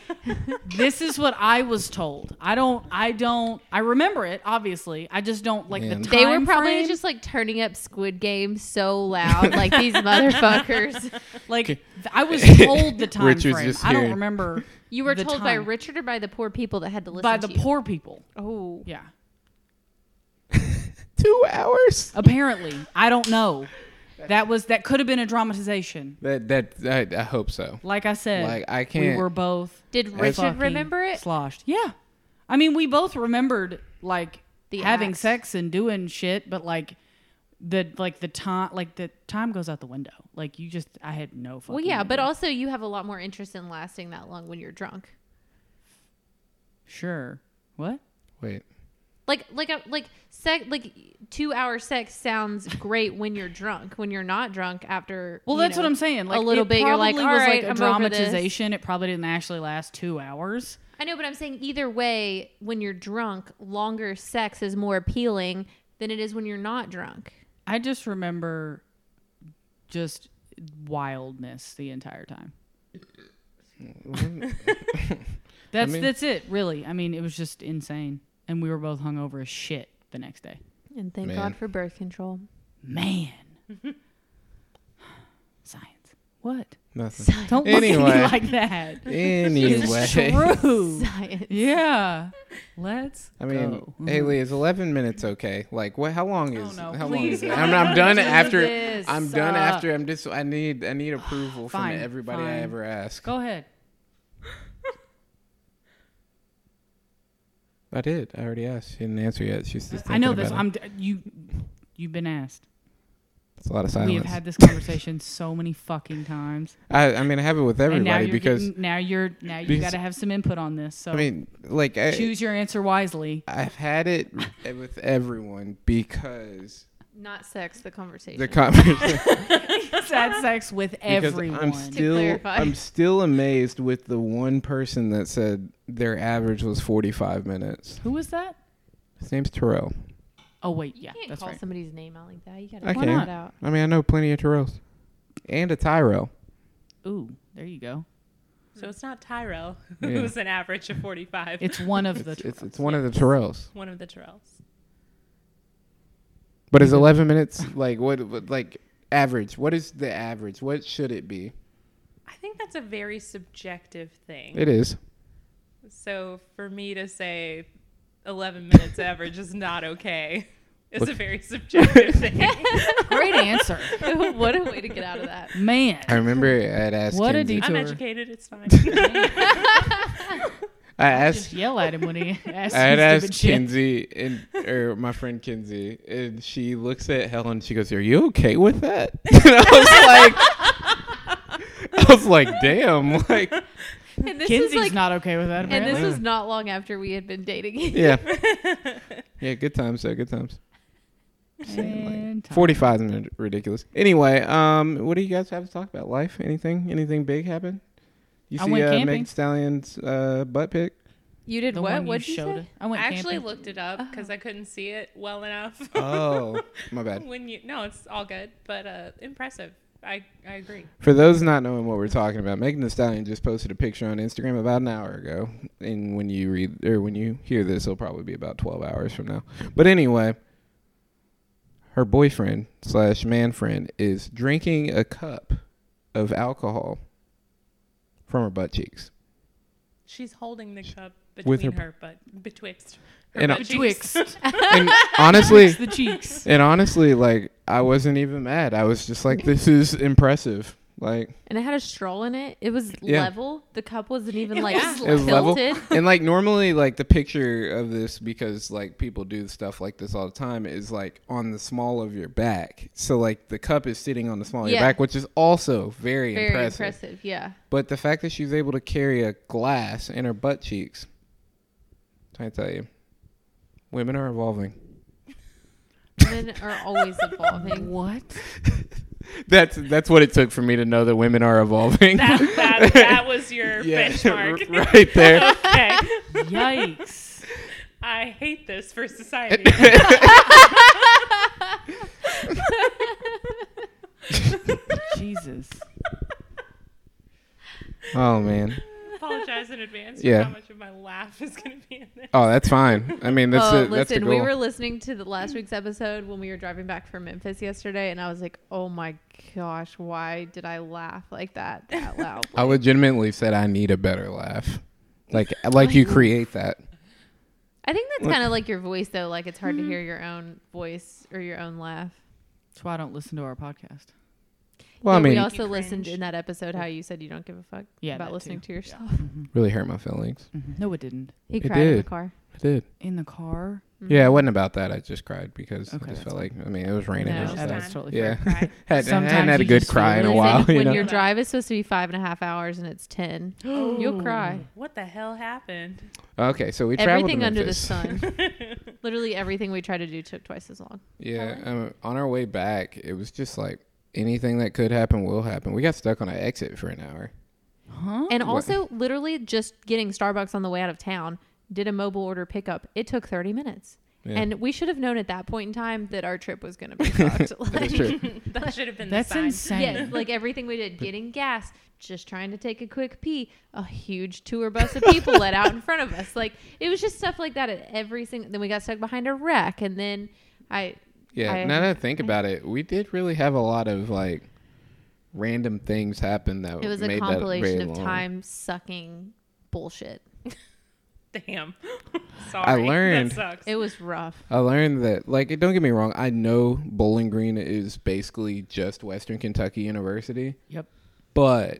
B: this is what I was told. I don't. I don't. I remember it. Obviously, I just don't like
A: Man.
B: the time.
D: They were probably
B: frame.
D: just like turning up Squid Game so loud, like these motherfuckers.
B: Like th- I was told the time
A: Richard's
B: frame.
A: just
B: I don't
A: hearing-
B: remember
D: You were
B: The
D: told by
B: time.
D: Richard or by the poor people that had to listen
B: by
D: to
B: the
D: you?
B: poor people.
D: Oh,
B: Yeah.
A: Two hours.
B: Apparently, I don't know. That was that could have been a dramatization.
A: That that I, I hope so.
B: Like I said,
A: Like, I
B: We
A: can't-
B: were both
D: did Richard
B: fucking
D: remember it?
B: Sloshed. Yeah. I mean, we both remembered like
D: The
B: having
D: acts.
B: sex and doing shit, but like the like the time like the time goes out the window. Like you just I had no fucking.
D: Well, yeah, but
B: idea.
D: also you have a lot more interest in lasting that long when you're drunk.
B: sure. What?
A: Wait.
D: Like, like, a- like, sex, like two hour sex sounds great when you're drunk. When you're not drunk, after
B: Well,
D: you
B: that's
D: know,
B: what I'm saying. Like
D: a little
B: it
D: bit, you're like,
B: probably
D: all
B: was
D: right,
B: like a
D: I'm over this.
B: dramatization. It probably didn't actually last two hours.
D: I know, but I'm saying either way, when you're drunk, longer sex is more appealing than it is when you're not drunk.
B: I just remember just wildness the entire time. that's
A: mean-
B: that's it, really. I mean, it was just insane, and we were both hungover as shit the next day.
D: And thank
A: Man.
D: God for birth control.
B: Man, science. What?
A: Nothing.
B: Don't look at
A: Anyway.
B: me like that. It's
A: Anyway.
B: true.
D: Science.
B: Yeah. Let's.
A: I mean,
B: go.
A: Haley, is eleven minutes okay? Like, what? How long is?
B: no,
A: how long is
B: please.
A: it? I'm, I'm done after.
B: Jesus.
A: I'm done
B: Uh,
A: after. I'm just. I need. I need approval
B: Fine,
A: from everybody I
B: fine.
A: ever ask.
B: go ahead.
A: I did. I already asked. She didn't answer yet. She's just.
B: I know
A: thinking
B: this.
A: about it.
B: I'm d- you. You've been asked.
A: It's a lot of
B: We have
A: silence.
B: had this conversation so many fucking times.
A: I. I mean, I have it with
B: and now
A: everybody
B: you're
A: because.
B: getting, now you're now you
A: because-
B: got to have some input on this. So
A: I mean, eh, like, I,
B: choose your answer wisely.
A: I've had it with everyone because
D: Not sex, the conversation.
A: The conversation.
B: had sex with
A: Because
B: everyone.
A: I'm still
D: clarify.
A: I'm still amazed with the one person that said their average was 45 minutes.
B: Who was that?
A: His name's Terrell.
B: Oh wait, yeah,
D: you can't
B: that's
D: call
B: right.
D: somebody's name out like that. You gotta
A: I
D: call
A: can't.
D: it out.
A: I mean, I know plenty of Terrells and a Tyrell.
B: Ooh, there you go.
C: So it's not Tyrell,
A: Yeah.
C: who's an average of 45.
B: It's one of the.
A: It's, it's, it's one of the Terrells.
C: one of the Tyrells.
A: But
B: Mm-hmm.
A: is 11 minutes like what, what like average? What is the average? What should it be?
C: I think that's a very subjective thing.
A: It is.
C: So for me to say 11 minutes average is not okay is a very subjective thing.
B: Great answer,
D: what a way to get out of that.
B: man.
A: I remember at asked
B: What a
A: Kenzie-
B: detail.
C: I'm
B: Sure.
C: educated. It's fine.
A: I
B: Just
A: asked
B: yell at him when he asks
A: I had
B: you stupid
A: asked
B: shit.
A: Kinsey and or my friend Kinsey, and she looks at Helen. She goes, "Are you okay with that?" And I was like, "I was like, damn, like,
D: And this
B: Kinsey's
D: is like,
B: not okay with that.
D: and
B: Apparently.
D: this was not long after we had been dating.
A: yeah, yeah, good times, though, good times."
B: And time.
A: Forty-five is min- ridiculous. Anyway, um, what do you guys have to talk about? Life? Anything? Anything big happen? You
B: I
A: see
B: went
A: uh, Meg
B: camping.
A: Thee Stallion's uh, butt pic?
D: You did
B: The
D: what?
B: one
D: What
B: you
D: you
B: showed.
D: say?
B: us. I
C: I
B: went
C: actually
B: camping.
C: looked it up
A: Uh-huh.
C: because I couldn't see it well enough.
A: Oh, my bad.
C: when you no, it's all good, but uh, impressive. I I agree.
A: For those not knowing what we're talking about, Megan Thee Stallion just posted a picture on Instagram about an hour ago, and when you read or when you hear this, it'll probably be about twelve hours from now. But anyway, her boyfriend slash man friend is drinking a cup of alcohol from her butt cheeks.
C: She's holding the cup
A: With
C: between
A: her-
C: her, but betwixt. Her
A: And
C: butt
A: I-
C: cheeks.
B: Twixt
A: And honestly,
B: the cheeks.
A: and honestly, like I wasn't even mad. I was just like, this is impressive. Like
D: And it had a straw in it. It was
A: Yeah.
D: level. The cup wasn't even
C: It
D: like
C: was
A: It was level.
D: tilted.
A: and like normally like the picture of this because like people do stuff like this all the time is like on the small of your back so like the cup is sitting on the small of your
D: Yeah.
A: back which is also very,
D: Very
A: impressive.
D: impressive. Yeah.
A: but the fact that she's able to carry a glass in her butt cheeks i tell you women are evolving
D: Men are always evolving.
B: What?
A: that's that's what it took for me to know that women are evolving
C: That, that, that was your benchmark.
A: r- right there
C: okay.
B: Yikes.
C: I hate this for society.
B: Jesus.
A: oh man
C: Apologize in advance
A: Yeah.
C: for how much of my laugh is going to be in this.
A: oh that's fine i mean that's
D: oh,
A: the, that's the
D: listen,
A: goal
D: we were listening to the last week's episode when we were driving back from Memphis yesterday, and I was like, "Oh my gosh, why did I laugh like that that loud?"
A: I legitimately said I need a better laugh. Like like you create that.
D: I think that's
A: What?
D: kind of like your voice, though. Like it's
B: Mm-hmm.
D: hard to hear your own voice or your own laugh.
B: That's why I don't listen to our podcast.
A: Well, I
D: Yeah, we
A: mean,
D: also
C: You
D: listened
C: cringe.
D: in that episode how you said you don't give a fuck
B: Yeah,
D: about
B: that
D: listening
B: too.
D: to yourself.
A: really hurt my feelings.
B: No, it didn't.
D: He
A: Mm-hmm. It
D: cried in the
A: did.
D: car.
A: I did.
D: Mm-hmm.
B: In the car.
A: Yeah, it wasn't about that. I just cried because
B: Okay,
A: I just
B: that's
A: felt like I mean it was raining. and
D: No, Yeah,
A: stuff.
B: Yeah,
C: that's
B: that's
C: fine.
B: totally fair.
A: Oh, yeah,
C: fair.
A: had, I
B: Sometimes
A: hadn't had a
B: you
A: good
B: just
A: cry in a
B: feel
A: while.
D: Listen,
A: You
D: when
A: know,
D: your drive is supposed to be five and a half hours and it's ten,
B: Oh.
D: you'll cry.
C: What the hell happened?
A: okay, so we traveled
D: everything
A: to
D: under the
A: Memphis.
D: sun. Literally everything we tried to do took twice as long.
A: Yeah, um, on our way back, it was just like anything that could happen will happen. We got stuck on an exit for an hour.
B: Huh?
D: And also, literally just getting Starbucks on the way out of town, did a mobile order pickup. It took 30 minutes.
A: Yeah.
D: And we should have known at that point in time that our trip was going to be fucked.
A: That is
D: like,
A: true.
C: That should have been
B: That's
C: the sign.
B: insane.
D: yes, like everything we did, getting gas, just trying to take a quick pee, a huge tour bus of people let out in front of us. Like it was just stuff like that at every single. Then we got stuck behind a wreck, and then I
A: Yeah,
D: I-
A: now that I think about it, we did really have a lot of like random things happen that
D: it was a
A: Oh, made that
D: compilation
A: very
D: of
A: long.
D: time sucking bullshit.
C: Damn. Sorry.
A: learned.
C: That sucks.
D: It was rough.
A: I learned that, like, don't get me wrong. I know Bowling Green is basically just Western Kentucky University,
B: Yep.
A: but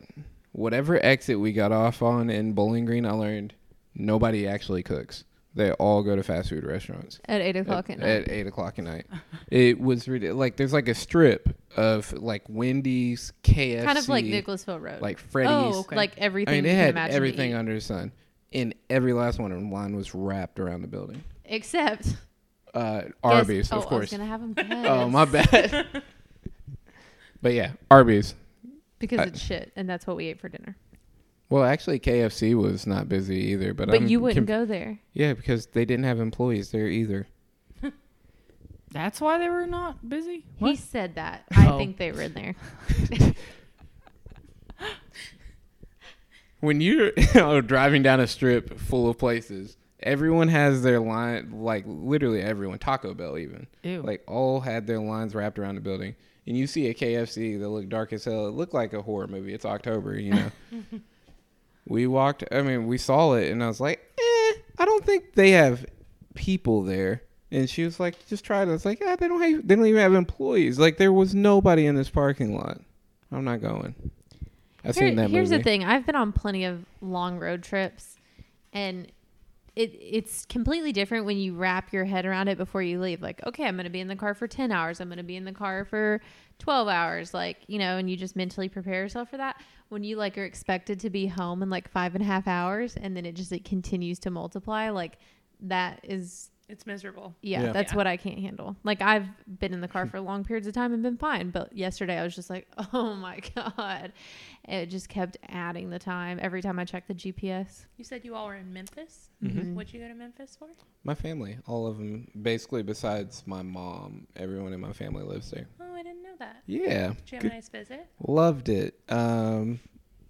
A: whatever exit we got off on in Bowling Green, I learned nobody actually cooks. They all go to fast food restaurants
D: At eight o'clock at,
A: at,
D: night.
A: at eight o'clock at night. it was rid- like there's like a strip of like Wendy's, KFC,
D: kind of like Nicholasville Road.
A: like Freddy's.
D: oh, like everything.
A: I mean,
D: you
A: they
D: can
A: had
D: imagine to
A: everything
D: eat.
A: under the sun, and every last one of them line was wrapped around the building.
D: except
A: uh, Arby's,
D: Guess-
A: of
D: oh, I was
A: course.
D: gonna have them guess.
A: Oh, my bad. but yeah, Arby's.
D: Because
A: I-
D: it's shit, and that's what we ate for dinner.
A: Well, actually, KFC was not busy either. But
D: But
A: I'm
D: you wouldn't
A: conf-
D: go there.
A: Yeah, because they didn't have employees there either.
B: That's why they were not busy.
D: He
B: What?
D: said that. I
B: Oh.
D: think they were in there.
A: When you're driving down a strip full of places, everyone has their line. Like literally everyone, Taco Bell even.
B: Ew.
A: Like all had their lines wrapped around the building. And you see a KFC that looked dark as hell. It looked like a horror movie. It's October, you know. we walked. I mean, we saw it, and I was like, eh, I don't think they have people there. And she was like, just try it. I was like, yeah, they don't have. They don't even have employees. Like there was nobody in this parking lot. I'm not going. I've
D: Here-
A: seen that
D: here's
A: movie.
D: the thing i've been on plenty of long road trips and it, it's completely different when you wrap your head around it before you leave like okay i'm going to be in the car for 10 hours i'm going to be in the car for 12 hours like you know and you just mentally prepare yourself for that when you like are expected to be home in like five and a half hours and then it just it continues to multiply like that is
C: It's miserable.
D: yeah,
A: Yeah.
D: that's
C: Yeah.
D: what I can't handle. Like I've been in the car for long periods of time and been fine, but yesterday I was just like, "Oh my god." It just kept adding the time every time I checked the GPS.
C: You said you all were in Memphis.
A: Mm-hmm.
C: What'd you go to Memphis for?
A: My family, all of them, basically, besides my mom, everyone in my family lives there.
C: Oh, I didn't know that.
A: Yeah,
C: Did you have
A: good-
C: a nice visit?
A: Loved it. Um,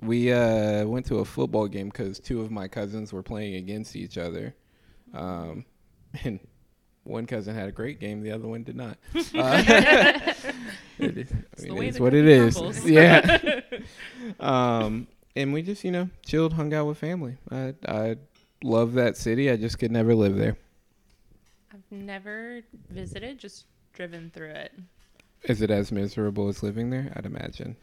A: we uh, went to a football game because two of my cousins were playing against each other, um, and one cousin had a great game, the other one did not. Uh, it is, I
C: the
A: mean,
C: way
A: it is
C: the
A: what it
C: cookie
A: is.
C: crumbles.
A: Yeah. um, and we just you know chilled, hung out with family. I I love that city. I just could never live there.
C: I've never visited, just driven through it.
A: Is it as miserable as living there? I'd imagine.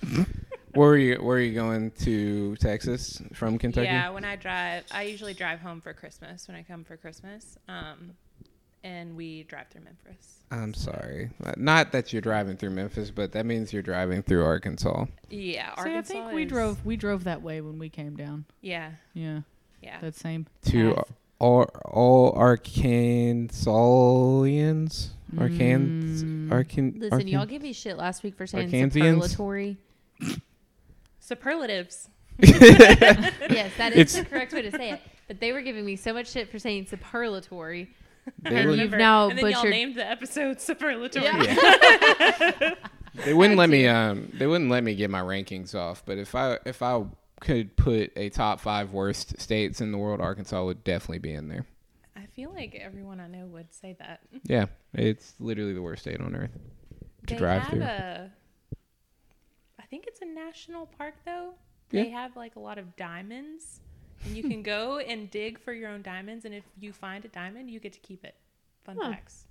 A: where were you? Where are you going to Texas from Kentucky?
C: Yeah, when I drive, I usually drive home for Christmas when I come for Christmas. Um, and we drive through Memphis.
A: I'm sorry. Uh, Not that you're driving through Memphis, but that means you're driving through Arkansas.
C: Yeah,
B: See, I
C: Arkansas.
B: think we
C: is-
B: drove we drove that way when we came down.
C: Yeah,
B: Yeah,
C: yeah.
B: that same.
A: To
D: Pass.
A: all, all Arkansasians? Arkansas? Arkan,
D: Listen,
A: Arkan-
D: y'all gave me shit last week for saying
A: Arkansians?
D: superlatory.
C: Superlatives.
D: yes, that
A: It's-
D: is the correct way to say it. But they were giving me so much shit for saying superlatory.
A: they, were,
D: remember. now
C: and then y'all
D: butchered-
C: named the episode superlatory.
D: Yeah.
A: they wouldn't let me um they wouldn't let me get my rankings off, but if I if I could put a top 5 worst states in the world, Arkansas would definitely be in there.
C: I feel like everyone I know would say that.
A: Yeah, it's literally the worst state on earth to
C: they
A: drive
C: have
A: through.
C: a. I think it's a national park though.
A: Yeah.
C: They have like a lot of diamonds, and you can go and dig for your own diamonds. And if you find a diamond, you get to keep it. Fun
D: Huh.
C: facts.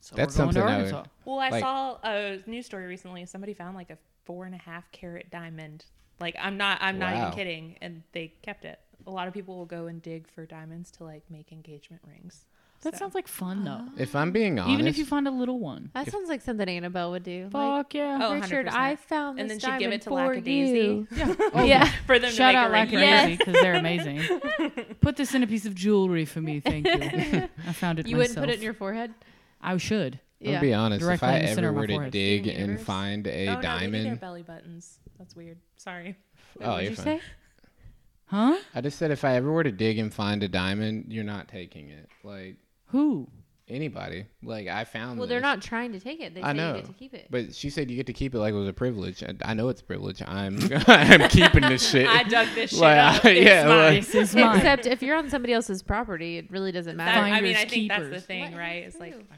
B: So
A: That's
B: we're going
A: something
B: to
A: I would-
B: Arkansas.
C: Well, I
A: Like-
C: saw a news story recently. Somebody found like a four and a half carat diamond. Like I'm not, I'm not
A: Wow.
C: even kidding. And they kept it. A lot of people will go and dig for diamonds to like make engagement rings.
B: That
C: So-
B: sounds like fun though.
A: If I'm being honest,
B: Even if you find a little one.
D: That sounds like something Annabelle would do. Like,
B: Fuck yeah.
C: Oh,
D: Richard,
C: 100%.
D: I found
C: And
D: this
C: then she'd give it
D: diamond
C: to
D: for
C: Lackadaisy.
D: you.
B: Oh, Yeah.
C: Oh,
D: yeah.
C: for them
B: Shout
C: to
B: out
C: make
B: Lack
C: a ring.
D: Lackadaisy.
B: and because they're amazing. Put this in a piece of jewelry for me, thank you. I found it
D: You
B: myself.
D: wouldn't put it in your forehead?
B: I should.
A: I'll be honest, if
B: Directly
A: I
B: in the
A: ever
B: center of my
A: were to
B: forehead.
A: dig
D: Steven
A: and
D: Universe?
A: find a
C: Oh, No, they do their
A: diamond,
C: belly buttons. That's weird. Sorry.
A: oh,
D: What'd
A: you're
D: you
A: fine.
D: say?
B: Huh?
A: I just said if I ever were to dig and find a diamond, you're not taking it. Like
B: Who?
A: anybody. Like I found.
D: Well, they're
A: this.
D: not trying to take it. They say
A: I know.
D: you get to keep it.
A: But she said you get to keep it like it was a privilege. I, I know it's a privilege. I'm I'm keeping this shit.
C: I dug this shit
A: Like,
C: up.
A: I-
C: It's
A: yeah,
C: mine.
A: like-
B: This is mine.
D: Except if you're on somebody else's property, it really doesn't
C: That-
D: matter.
C: I mean,
B: Finders
C: I think that's the
B: keepers.
C: thing, right? It's like
A: I don't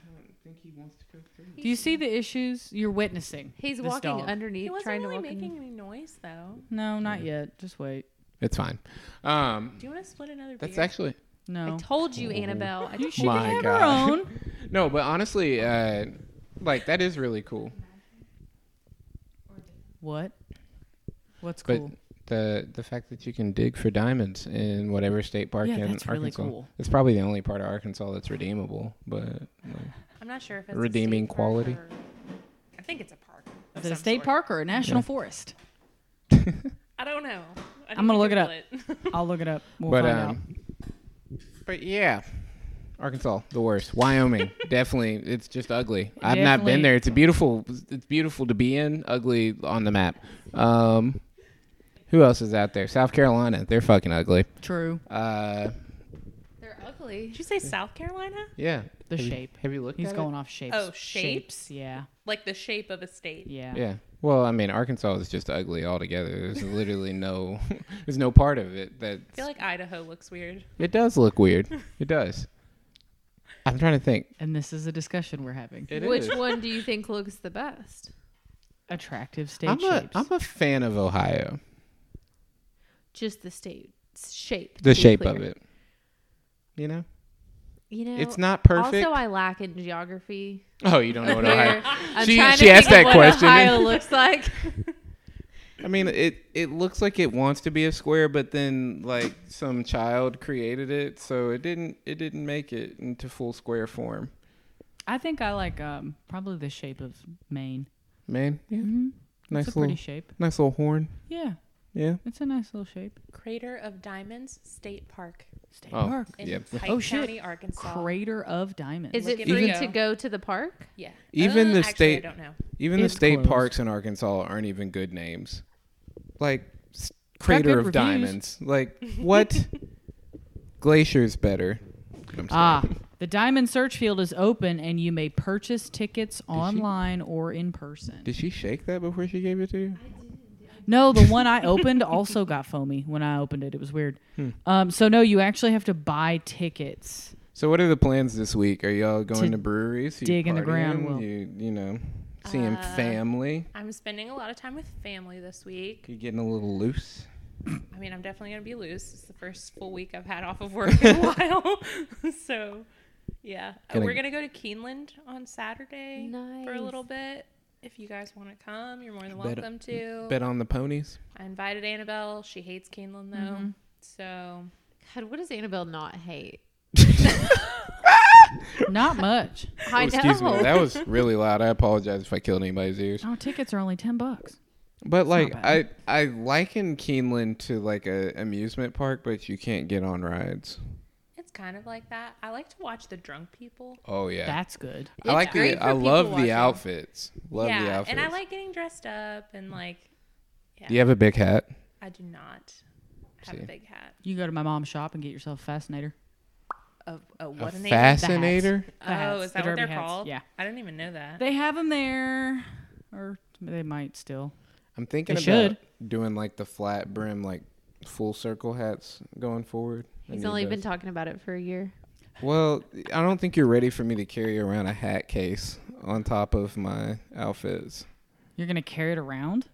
A: think he wants to go through.
B: Do you see the issues you're witnessing?
D: He's
B: this
D: walking
B: dog.
C: he
D: underneath,
C: wasn't
D: trying
C: really
D: to walk. in-
C: making any noise though.
B: No, not yet. Just wait.
A: It's fine. Um,
C: Do you want to split another?
A: that's
C: beer?
A: actually
B: No.
D: I told Oh. you, Annabelle. I
B: you
D: told
B: should
A: My
B: have her
A: God.
B: own.
A: no, but honestly, uh, like that is really cool.
B: What? What's
A: But
B: cool?
A: the the fact that you can dig for diamonds in whatever state park
B: Yeah,
A: in
B: that's really
A: Arkansas.
B: cool.
A: It's probably the only part of Arkansas that's redeemable, but like,
C: I'm not sure if it's a
A: Redeeming
C: state park
A: quality.
C: or- I think it's a park. of
B: Is it a
C: some
B: state
C: sort.
B: park or a national forest?
C: I don't know. I
B: I'm gonna
C: need
B: look
C: to
B: it up.
C: Google it.
B: I'll look it up.
A: um,
B: We'll
A: but
B: find out.
A: um but yeah. Arkansas, the worst. Wyoming, definitely. It's just ugly. I've not
B: Definitely.
A: been there. It's a beautiful. It's beautiful to be in. Ugly on the map. Um, who else is out there? South Carolina. They're fucking ugly.
B: True.
A: Uh,
D: They're ugly.
C: Did you say South Carolina?
A: yeah.
B: The
A: Have you-
B: shape.
A: have you looked?
B: He's
A: at
B: going
A: It?
B: off shapes.
C: Oh, shapes?
B: Yeah.
C: Like the shape of a state.
B: Yeah.
A: Yeah. Well, I mean, Arkansas is just ugly altogether. There's literally no. There's no part of it that.
C: I feel like Idaho looks weird.
A: It does look weird. It does. I'm trying to think.
B: And this is a discussion we're having.
A: It is.
D: Which one do you think looks the best?
B: Attractive state
A: I'm a,
B: shapes.
A: I'm a fan of Ohio.
D: Just the state shape.
A: The
D: to be
A: shape of
D: clear.
A: it. You know?
D: You know,
A: it's not perfect.
D: Also, I lack in geography.
A: oh, you don't know what Ohio.
D: Where I'm
A: She-
D: trying
A: she
D: to
A: asked
D: think of
A: that
D: what
A: question.
D: Ohio looks like.
A: I mean, it it looks like it wants to be a square, but then like some child created it, so it didn't it didn't make it into full square form.
B: I think I like um, probably the shape of Maine. Mm-hmm.
A: Man, yeah. Nice
B: it's a
A: little
B: pretty shape.
A: nice little horn.
B: Yeah.
A: Yeah.
B: It's a nice little shape.
C: Crater of Diamonds State Park
B: State
A: Oh,
B: park.
C: in
A: Yep.
C: Pike
B: Oh, shit.
C: County, Arkansas.
B: Crater of Diamonds.
D: Is
C: Look
D: it
C: at
D: free
C: Rio.
D: to go to the park?
C: yeah.
A: Even the
C: actually,
A: state-
C: I don't know.
A: Even
B: It's
A: the state
B: closed.
A: parks in Arkansas aren't even good names. Like s-
B: Got good
A: Crater of
B: reviews.
A: Diamonds. Like what? Glacier's better. I'm sorry.
B: Ah, the Diamond Search Field is open and you may purchase tickets online or in person.
A: Did she shake that before she gave it to you?
B: No, the one I opened also got foamy when I opened it. It was weird.
A: Hmm.
B: Um, so, no, you actually have to buy tickets.
A: So what are the plans this week? Are y'all going to, breweries? You
B: dig in the
A: partying?
B: ground, Will.
A: You you know, seeing
D: Uh,
A: family.
C: I'm spending a lot of time with family this week.
A: You getting a little loose?
C: I mean, I'm definitely going to be loose. It's the first full week I've had off of work in a while. so, yeah. Uh,
A: Gonna-
C: We're going to go to Keeneland on Saturday for a little bit. If you guys want to come, you're more than
A: Bet-
C: welcome
D: Oh.
C: to.
A: Bet on the ponies.
C: I invited Annabelle. She hates Keeneland, though. So,
D: God, what does Annabelle not hate?
B: Not much.
D: I
A: Oh, excuse me,
D: know.
A: that was really loud. I apologize if I killed anybody's ears.
B: No, Oh, tickets are only 10 bucks.
A: But like I
B: bad.
A: I liken Keeneland to like a amusement park, but you can't get on rides.
C: it's kind of like that. I like to watch the drunk people.
A: Oh yeah,
B: That's good.
A: I like
C: great
A: the
C: for
A: I
C: people
A: love
C: watching.
A: the outfits. Love
C: yeah.
A: the outfits.
C: And I like getting dressed up and, like, yeah.
A: Do you have a big hat?
C: I do not have
A: See.
C: a big hat.
B: You can go to my mom's shop and get yourself a fascinator.
C: A, a
A: A
C: what? an
B: The hats.
A: fascinator.
B: The
C: Oh,
B: hats,
C: is
B: the
C: that what
B: derby
C: they're
B: hats.
C: called?
B: Yeah.
C: I didn't even know that.
B: They have them there, or they might still.
A: I'm thinking
B: They
A: about
B: should.
A: doing like the flat brim, like full circle hats going forward. I
D: He's
A: need
D: only been
A: those.
D: talking about it for a year.
A: well, I don't think you're ready for me to carry around a hat case on top of my outfits.
B: You're gonna carry it around?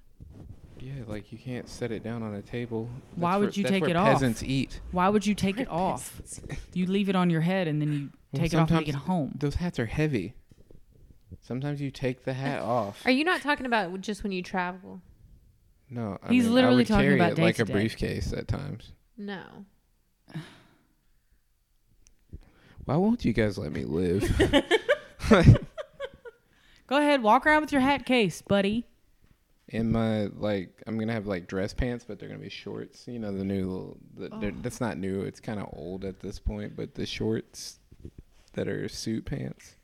A: Yeah, like you can't set it down on a table.
B: Why
A: That's
B: would
A: where-
B: you
A: that's
B: take
A: where
B: it off?
A: Peasants eat.
B: Why would you take it off? You leave it on your head and then you
A: Well,
B: take it off and
A: sometimes
B: take it home.
A: Those hats are heavy. Sometimes you take the hat off.
D: Are you not talking about just when you travel?
A: no, I
B: He's
A: mean, I
B: literally
A: would
B: talking
A: carry
B: about
A: it
B: day
A: like
B: to
A: a
B: day.
A: briefcase at times.
D: No.
A: Why won't you guys let me live?
B: Go ahead, walk around with your hat case, buddy.
A: in my like i'm gonna have like dress pants but they're gonna be shorts you know the new little the, they're-
B: Oh.
A: that's not new it's kind of old at this point but the shorts that are suit pants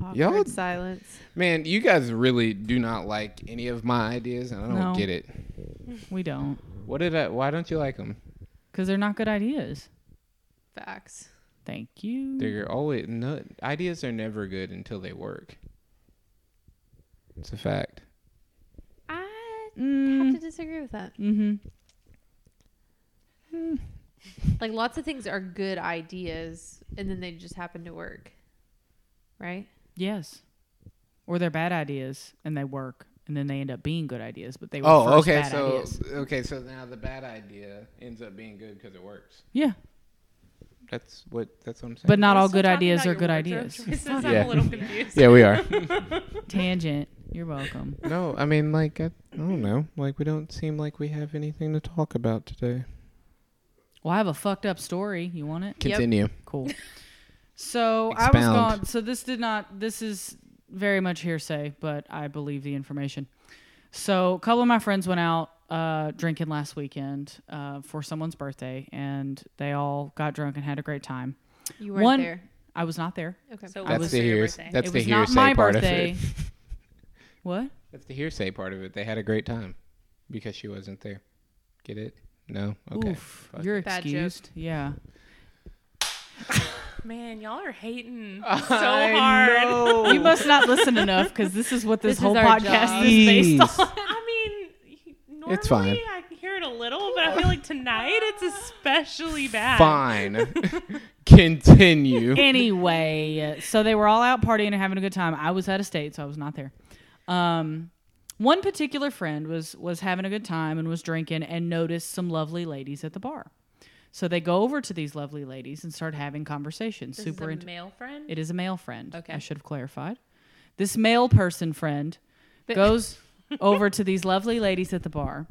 D: Awkward
A: Y'all-
D: silence.
A: man you guys really do not like any of my ideas and i don't
B: No.
A: get it
B: We don't,
A: what did i why don't you like them
B: because they're not good ideas.
D: Facts.
B: Thank you.
A: they're always no ideas are never good until they work it's a fact
D: I have
B: Mm,
D: to disagree with that.
B: hmm
D: Like lots of things are good ideas, and then they just happen to work, right?
B: Yes. Or they're bad ideas and they work, and then they end up being good ideas, but they were
A: oh
B: first
A: okay
B: bad
A: so
B: ideas.
A: okay so now the bad idea ends up being good because it works
B: Yeah,
A: that's what that's what i'm saying
B: but not
C: We're
B: all
C: still
B: good
C: talking
B: ideas
C: about
B: are
C: your
B: good
C: wardrobe
B: ideas.
C: choices.
A: Yeah.
C: I'm a little confused.
A: yeah we are
B: Tangent. You're welcome.
A: No, I mean, like, I, I don't know. Like, we don't seem like we have anything to talk about today.
B: Well, I have a fucked up story. You want it?
A: Continue.
B: Cool. So I was
A: Expound.
B: gone. So this did not. This is very much hearsay, but I believe the information. So a couple of my friends went out uh, drinking last weekend uh, for someone's birthday, and they all got drunk and had a great time.
D: You weren't
B: One-
D: there.
B: I was not there.
D: Okay.
C: So
B: I
C: what
A: That's
C: was
A: the
C: your
A: hears-
C: birthday?
A: that's-
B: it
A: the
B: was not
A: hearsay
B: my
A: part of
B: birthday.
A: it.
B: what?
A: That's the hearsay part of it. They had a great time because she wasn't there. Get it? No. Okay.
B: Oof,
A: Fuck
B: you're
A: it.
D: Bad joke.
B: excused. Yeah.
C: Man, y'all are hating so
A: I
C: hard.
A: know.
B: You must not listen enough because this is what this,
D: This is
B: whole
D: our
B: podcast
D: job.
B: is based on.
C: I mean, normally
A: It's fine.
C: I can hear it a little, but I feel like tonight it's especially bad.
A: Fine. Continue.
B: anyway, so they were all out partying and having a good time. I was out of state, so I was not there. Um, one particular friend was was having a good time and was drinking and noticed some lovely ladies at the bar. So they go over to these lovely ladies and start having conversations.
C: This
B: super
C: is
B: int-
C: a male friend.
B: It is a male friend.
C: Okay.
B: I should have clarified. This male person friend goes over to these lovely ladies at the bar.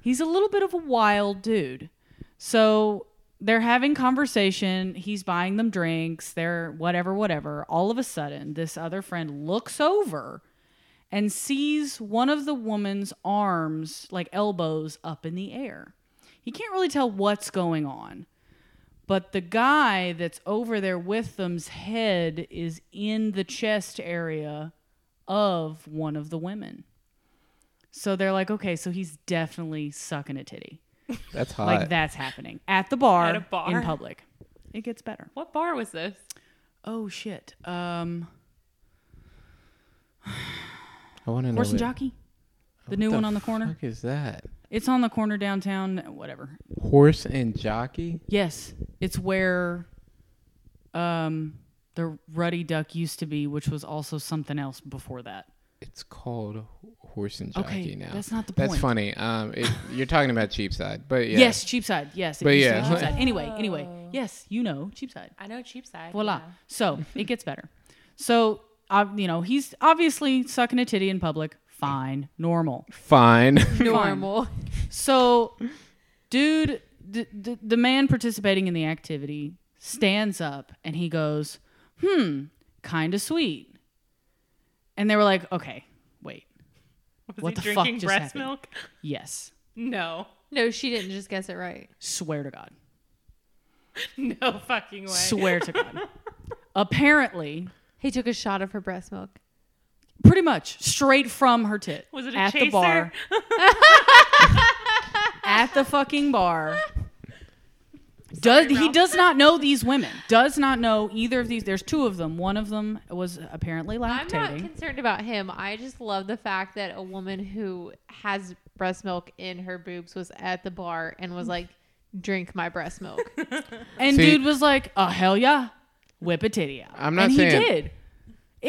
B: He's a little bit of a wild dude. So they're having conversation. He's buying them drinks. They're whatever, whatever. All of a sudden, this other friend looks over and sees one of the woman's arms, like elbows, up in the air. He can't really tell what's going on. But the guy that's over there with them's head is in the chest area of one of the women. So they're like, okay, so he's definitely sucking a titty.
A: That's hot.
B: Like that's happening at the bar,
C: At a bar.
B: in public. It gets better.
C: What bar was this?
B: Oh shit. Um
A: I want to know.
B: Horse and
A: what-
B: Jockey? The new
A: what
B: one on the corner?
A: Fuck is that?
B: It's on the corner downtown, whatever.
A: Horse and jockey?
B: Yes, it's where um the Ruddy Duck used to be, which was also something else before that.
A: It's called horse and jockey
B: Okay,
A: now.
B: that's not the
A: That's
B: point.
A: funny. Um, it, you're talking about Cheapside, but yeah.
B: Yes, Cheapside. Yes, it
A: But
B: used to
A: yeah.
B: be Cheapside. Anyway, anyway, yes, you know Cheapside.
C: I know Cheapside.
B: Voila. So it gets better. So uh, you know he's obviously sucking a titty in public. Fine, normal.
A: Fine.
D: Normal.
B: So, dude, the, the, the man participating in the activity stands up and he goes, hmm, kind of sweet. And they were like, okay, wait,
C: Was
B: What
C: he
B: the fuck
C: drinking
B: just
C: breast
B: happened?
C: milk?
B: yes,
C: No.
D: No, she didn't just guess it right.
B: swear to God.
C: No fucking way.
B: Swear to God. Apparently,
D: He took a shot of her breast milk.
B: pretty much straight from her tit.
C: Was it a
B: at the
C: chaser?
B: bar? at the fucking bar. Does he
C: Ralph.
B: does not know these women? Does not know either of these. There's two of them. One of them was apparently
D: I'm not
B: lactating.
D: concerned about him. I just love the fact that a woman who has breast milk in her boobs was at the bar and was like, drink my breast milk.
B: and
A: See-
B: dude was like, "Oh hell yeah, whip a titty out."
A: I'm not
B: and
A: saying-
B: he did.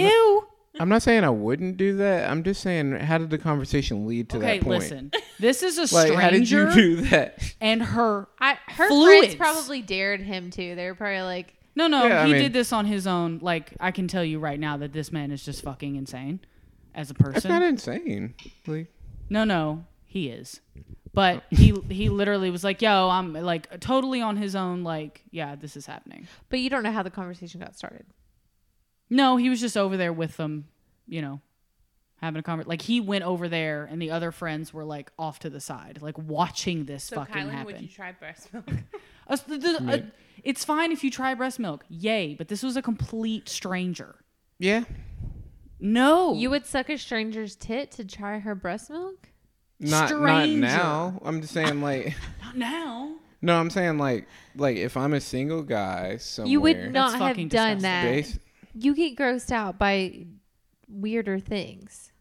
B: Ew.
A: I'm not saying I wouldn't do that. I'm just saying, how did the conversation lead to
B: Okay,
A: that point?
B: listen. This is a
A: Like,
B: stranger
A: how did you do that?
B: and her.
D: I, her
B: Fluids.
D: friends probably dared him to. They were probably like,
B: No, no,
A: Yeah, I
B: he
A: mean-
B: did this on his own. Like I can tell you right now that this man is just fucking insane as a person.
A: That's not insane. Like,
B: No, no, he is.
A: Oh.
B: But he he literally was like, "Yo, I'm like totally on his own. Like, yeah, this is happening."
D: but you don't know how the conversation got started.
B: No, he was just over there with them, you know, having a conversation. Like he went over there, and the other friends were like off to the side, like watching this
C: So,
B: fucking
C: Kylan, would
B: happen.
C: you try breast milk?
B: Uh, the- the- uh, it's fine if you try breast milk, yay! But this was a complete stranger.
A: yeah.
B: No,
D: You would suck a stranger's tit to try her breast milk?
A: Not
B: Stranger.
A: not now. I'm just saying, like,
B: not now.
A: no, I'm saying, like, like if I'm a single guy somewhere,
D: You would
B: That's
D: not have
B: fucking
D: done
B: disgusting.
D: that.
A: base.
D: You get grossed out by weirder things.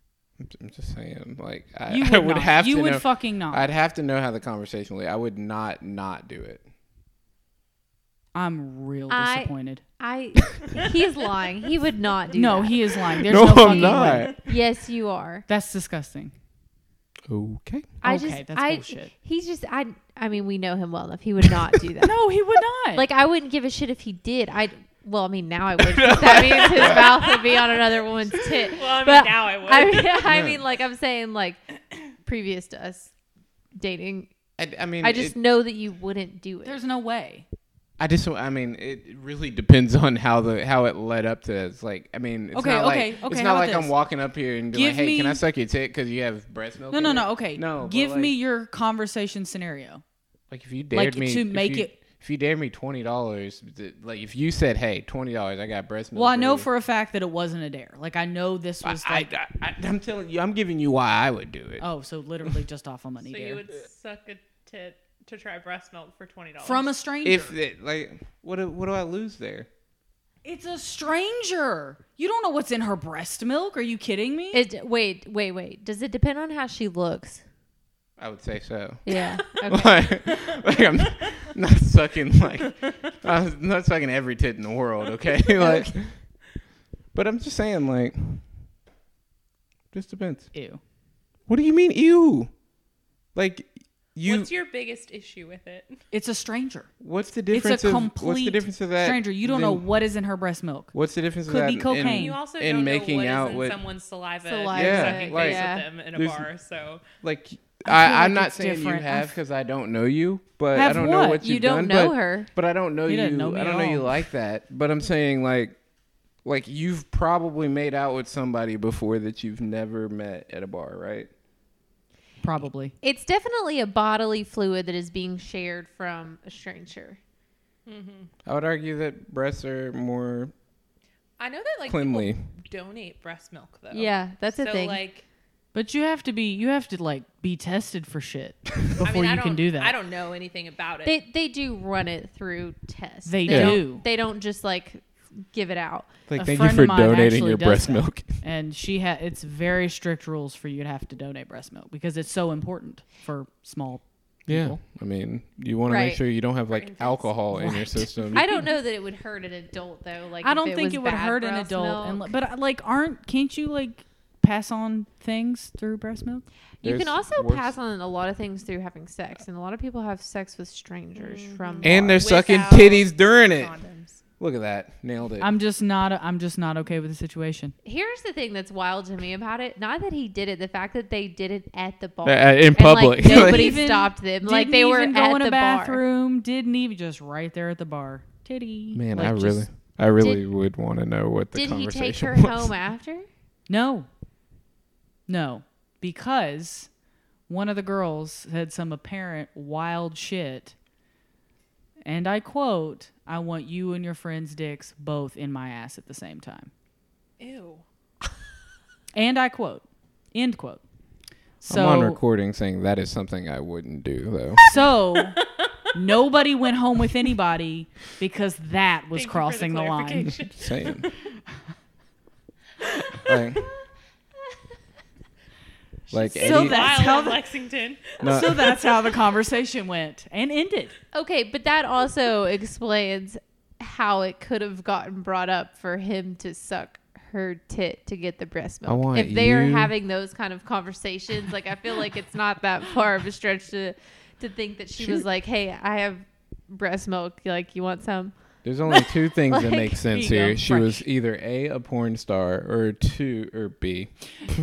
A: I'm- I'm just saying, like, I
B: You
A: I
B: would,
A: would,
B: not.
A: have
B: You
A: to
B: would
A: know,
B: fucking not.
A: I'd have to know how the conversation went. I would not not do it.
B: I'm real
D: I-
B: disappointed.
D: I he's lying. He would not do
B: no,
D: that.
B: he is lying. There's no, fucking way.
D: Yes, you are.
B: That's disgusting.
A: Okay.
D: I
B: Okay,
D: just
B: that's
D: I
B: bullshit.
D: he's just I I mean we know him well enough. He would not do that.
B: No, he would not.
D: Like I wouldn't give a shit if he did. I well, I mean now I would. 'cause That means his mouth would be on another woman's tit.
C: Well, I mean,
D: But
C: now I would.
D: I mean, I mean, like I'm saying, like previous to us dating,
A: I, I mean,
D: I just
A: it-
D: know that you wouldn't do it.
B: there's no way.
A: I just, I mean, it really depends on how the how it led up to. It's like, I mean, it's
B: Okay,
A: not
B: okay,
A: like
B: okay,
A: it's
B: how
A: not
B: about
A: like I'm
B: this?
A: walking up here and be
B: Give
A: like, hey, can
B: me-
A: I suck your tit because you have breast milk?
B: No,
A: in
B: no,
A: it?"
B: no. Okay.
A: no. but,
B: Give me
A: like-
B: your conversation scenario.
A: Like if you dared
B: to
A: me if
B: make
A: you-
B: it-
A: if you dared me twenty dollars, like if you said, "Hey, twenty dollars, I got breast milk."
B: Well, I know
A: you."
B: for a fact that it wasn't a dare. Like I know this was
A: I,
B: like
A: I, I, I'm telling you, I'm giving you why I would do it.
B: oh, so literally just off a money
C: So
B: dare
C: you would suck a tit to try breast milk for twenty dollars
B: from a stranger.
A: if it, like, what do, what do I lose there?
B: it's a stranger. You don't know what's in her breast milk. Are you kidding me?
D: It, wait, wait, wait. Does it depend on how she looks?
A: I would say so.
D: Yeah. Okay.
A: Like, like I'm not sucking like I'm not sucking every tit in the world, okay? like, but I'm just saying, like, just depends.
B: Ew.
A: What do you mean, ew? Like, you
C: What's your biggest issue with it?
B: It's a stranger.
A: What's the
B: It's
A: difference?
B: a
A: of,
B: complete
A: what's the difference of that
B: stranger. You don't know
A: than-
B: what is in her breast milk.
A: What's the difference of
B: Could
A: that
B: be
A: in-
B: cocaine.
A: In,
C: You also
A: in
C: don't
A: making
C: know what is
A: out
C: in
A: with
C: someone's saliva,
D: Saliva,
C: yeah,
A: Yeah,
C: sucking
A: like-
C: face
D: yeah.
C: with them in a
A: There's-
C: bar. So
A: like
B: I feel
A: I, I'm
B: like
A: not
B: it's
A: saying
B: different.
A: you
B: I
A: have
B: f-
A: because I don't know you, but I
B: Have
A: don't know
B: what?
A: what
D: You
A: you've done,
D: don't know
A: but-
D: her.
A: but I don't know
B: You
A: you.
B: didn't know me
A: I
B: at
A: don't know you
B: all.
A: like that. But I'm saying like, like you've probably made out with somebody before that you've never met at a bar, right?
B: Probably.
D: It's definitely a bodily fluid that is being shared from a stranger.
A: I would argue that breasts are more
C: I know that like
A: cleanly.
C: people donate breast milk though.
D: Yeah, that's a
C: so,
D: thing.
C: Like
B: But you have to be you have to like be tested for shit before
C: I mean, I
B: you
C: don't,
B: can do that.
C: I don't know anything about it.
D: they they do run it through tests.
B: They
A: Yeah.
B: do.
D: Don't, they don't just like give it out.
A: Like,
B: A
A: thank you
B: friend
A: for
B: of mine
A: donating
B: actually
A: your
B: does
A: breast
B: that.
A: milk.
B: And she had it's very strict rules for you to have to donate breast milk because it's so important for small
A: Yeah,
B: people.
A: I mean, you want to
D: Right.
A: make sure you don't have like
C: infants.
A: alcohol in your system.
D: I don't know that it would hurt an adult though. Like
B: I
D: if
B: don't think
D: was
B: it would
D: bad
B: hurt an
D: breast
B: adult,
D: milk.
B: and, but uh, like, aren't can't you like pass on things through breast milk?
D: you can
A: There's
D: also
A: worse-
D: pass on a lot of things through having sex, and a lot of people have sex with strangers
B: Mm-hmm.
D: from
A: and they're
D: bars.
A: sucking
C: Without
A: titties during it.
C: condoms.
A: Look at that, nailed it.
B: I'm just not. I'm just not okay with the situation.
D: Here's the thing that's wild to me about it: not that he did it, the fact that they did it at the bar
A: Uh, uh, in
D: And, like,
A: public.
D: nobody
B: Even-
D: stopped them. Like
B: Didn't
D: they were
B: even go
D: at
B: in
D: the
B: a
D: bar.
B: bathroom. Didn't even just right there at the bar. Titty.
A: Man,
B: Like,
A: I
B: just-
A: really, I really
D: Did-
A: would want to know what the
D: Did he
A: conversation
D: take her
A: was.
D: home after?
B: no, no, because one of the girls said some apparent wild shit, and I quote: "I want you and your friends' dicks both in my ass at the same time."
C: Ew.
B: And I quote, end quote. So,
A: I'm on recording saying that is something I wouldn't do though.
B: so nobody went home with anybody because that was
C: Thank you for
B: crossing the, line.
C: clarification.
A: Just saying. like, like
B: So
A: Eddie,
B: that- That's
C: Wild
B: how
C: in
B: the-
C: Lexington.
A: no,
B: So that's how the conversation went and ended.
D: Okay, but that also explains how it could have gotten brought up for him to suck her tit to get the breast milk.
A: I want
D: if they are
A: you-
D: having those kind of conversations, like I feel like it's not that far of a stretch to to think that she was like, "Hey, I have breast milk. Like, you want some?"
A: there's only two things that
D: Like,
A: make sense
B: here you go,
A: here. She
B: fresh.
A: was either a a porn star or two or b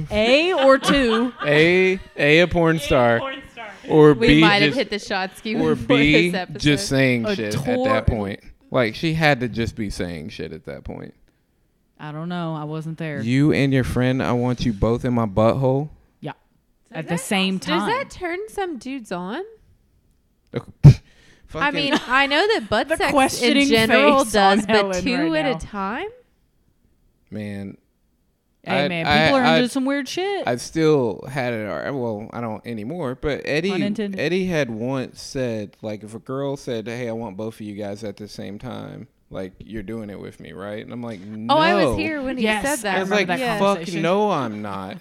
B: A or two.
A: a a a porn star
C: Porn star.
A: or
D: We
A: b
D: might
A: just,
D: have hit the shot ski
A: or
D: before
A: b
D: this episode.
A: just saying
B: A
A: shit at
B: tor-
A: that point. Like she had to just be saying shit at that point.
B: I don't know. I wasn't there.
A: You and your friend, I want you both in my butthole.
B: yeah. At the same
D: Does
B: time.
D: that turn some dudes on? I
A: Fucking-
D: mean, I know that butt
B: The
D: sex in
B: questioning
D: general
B: face on
D: does, but
B: Helen
D: two
B: right
D: at
B: now.
D: a time.
A: man,
B: hey,
A: I-
B: man,
A: I-
B: people are
A: I-
B: into some weird shit.
A: I've still had it. ar- Well, I don't anymore. But
B: Pun
A: Eddie,
B: intended.
A: Eddie had once said, like, if a girl said, "Hey, I want both of you guys at the same time," like, you're doing it with me, right? And I'm like, no.
D: Oh, I was here when he
B: Yes,
D: said that.
B: I
A: I was
B: remember
A: like,
B: that
D: Yeah.
A: fuck,
B: conversation.
A: no, I'm not.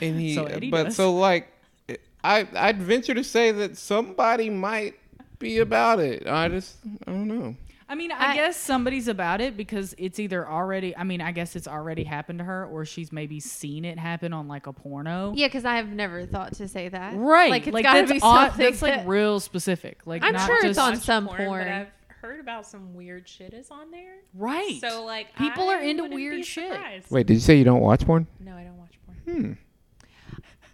A: And he,
B: So Eddie
A: but
B: does.
A: so like, I, I'd venture to say that somebody might be about it. I just, I don't know.
B: I mean, I,
D: I-
B: guess somebody's about it because it's either already, I mean, I guess it's already happened to her or she's maybe seen it happen on like a porno.
D: Yeah, because I have never thought to say that.
B: Right.
D: Like
B: Like,
D: it's
B: like
D: gotta
B: that's,
D: be
B: on-
D: something.
B: that's like
D: that-
B: real specific. Like
D: I'm
B: not
D: sure it's
B: just,
D: on
C: Watch
D: some
C: but
D: porn.
C: I've heard about some weird shit is on there.
B: right.
C: So like
B: People
C: I
B: are into
C: wouldn't be
B: weird shit.
C: surprised.
A: Wait, did you say you don't watch porn?
C: No, I don't watch porn.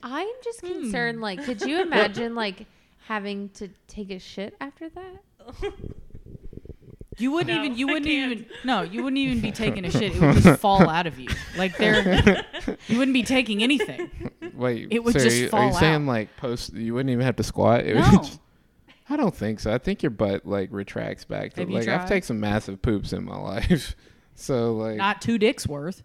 D: I'm
B: hmm.
D: just concerned. Like, could you imagine like having to take a shit after that?
B: You wouldn't
C: No,
B: even. You
C: I
B: wouldn't
C: can't.
B: even. No, you wouldn't even be taking a shit. It would just fall out of you. Like there, you wouldn't be taking anything.
A: Wait,
B: It would
A: so
B: just
A: are you, are
B: fall
A: you
B: out.
A: saying like post? You wouldn't even have to squat. It would
B: No.
A: just- I don't think so. I think your butt like retracts back to
B: Have you
A: like I've
B: tried?
A: taken some massive poops in my life, so like
B: Not two dicks worth.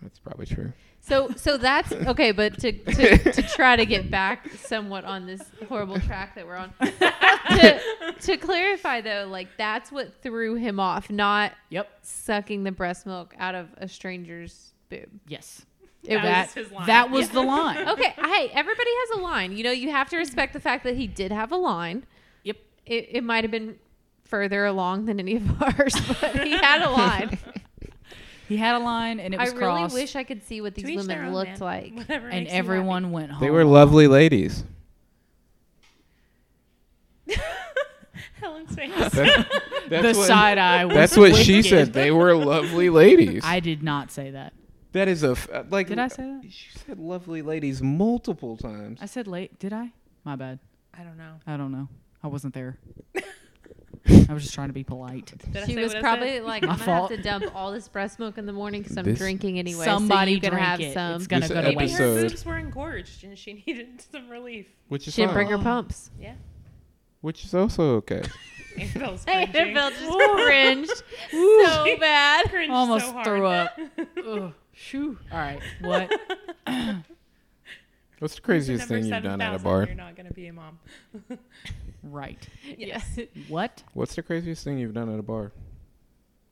A: that's probably true.
D: So so that's okay, but to, to, to try to get back somewhat on this horrible track that we're on. to, to clarify though, like that's what threw him off, not
B: Yep.
D: sucking the breast milk out of a stranger's boob.
B: Yes.
D: It
C: That was
D: was,
C: his line.
B: That was the line.
D: okay, hey, everybody has a line. You know, you have to respect the fact that he did have a line.
B: Yep.
D: It, it might have been further along than any of ours, but he had a line.
B: He had a line, and it
D: I
B: was
D: really
B: crossed,
D: wish I could see what
C: To
D: these
C: each their
D: women
C: own, man.
D: looked like.
C: Whatever
B: and
C: makes you happy.
B: everyone went home.
A: They were lovely ladies.
C: Helen's face.
A: That-
B: the
A: what,
B: side eye. Was
A: That's what she
B: wicked.
A: said. They were lovely ladies.
B: I did not say that.
A: that is a f- uh, like.
B: Did I say that?
A: She said lovely ladies multiple times.
B: I said late. Did I? My bad.
C: I don't know.
B: I don't know. I wasn't there. I was just trying to be polite.
C: Did I
D: She
C: say
D: was
C: what I
D: probably
C: said?
D: like,
B: My
D: I'm gonna
B: fault.
D: have to dump all this breast milk in the morning because I'm
A: This-
D: drinking anyway.
B: Somebody
D: so you can
B: drink
D: have
B: it.
D: some.
B: It's gonna
A: This
B: go to
C: Maybe
B: waste.
A: episode-
C: her boobs were engorged and she needed some relief.
A: Which is
D: she didn't bring her
A: fine.
D: pumps.
C: Yeah.
A: Which is also okay.
C: Annabelle's cringing.
D: Annabelle just cringed so bad.
C: Cringed
B: Almost
C: so hard.
B: threw up. Ugh. Shoo. All right. What?
A: What's the craziest thing you've done at a bar?
C: You're not gonna be a mom.
B: Right.
C: yes.
B: What?
A: What's the craziest thing you've done at a bar?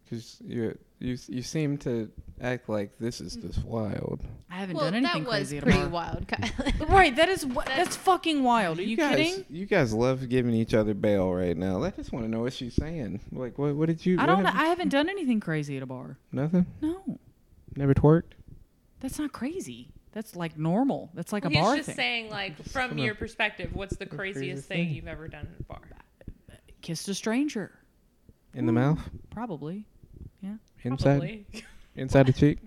A: Because you you you seem to act like this is just wild.
B: I haven't
D: Well,
B: done anything
D: that was
B: crazy
D: pretty
B: at all.
D: wild, Kylie.
B: Right. That is. What, that's fucking wild. Are you,
A: guys,
B: kidding?
A: You guys love giving each other bail right now. I just want to know what she's saying. Like, what what did you?
B: I
A: what
B: don't. know.
A: have you-
B: I haven't done anything crazy at a bar.
A: nothing.
B: No.
A: Never twerked.
B: That's not crazy. That's like normal. That's like a
C: He's
B: bar
C: just
B: thing.
C: saying, like, from
A: gonna-
C: your perspective, what's the
A: craziest
C: craziest thing
A: thing.
C: you've ever done at a bar?
B: Kissed a stranger.
A: In the
B: Mm,
A: mouth.
B: Probably.
A: Inside.
C: Probably.
A: Inside the cheek.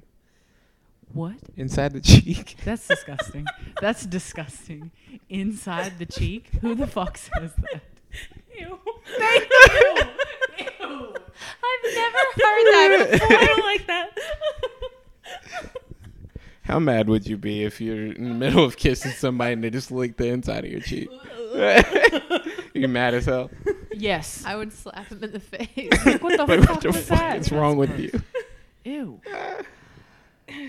B: What?
A: Inside the cheek.
B: That's disgusting. That's disgusting. Inside the cheek. Who the fuck says that?
C: Ew.
B: Thank you. Ew.
D: I've never heard that before.
C: I don't like that.
A: How mad would you be if you're in the middle of kissing somebody and they just lick the inside of your cheek? you're mad as hell.
B: Yes.
D: I would slap him in the face.
B: Like, what the
A: Like,
B: fuck
A: what the
B: was
A: fuck
B: that?
A: is wrong with you?
B: Ew.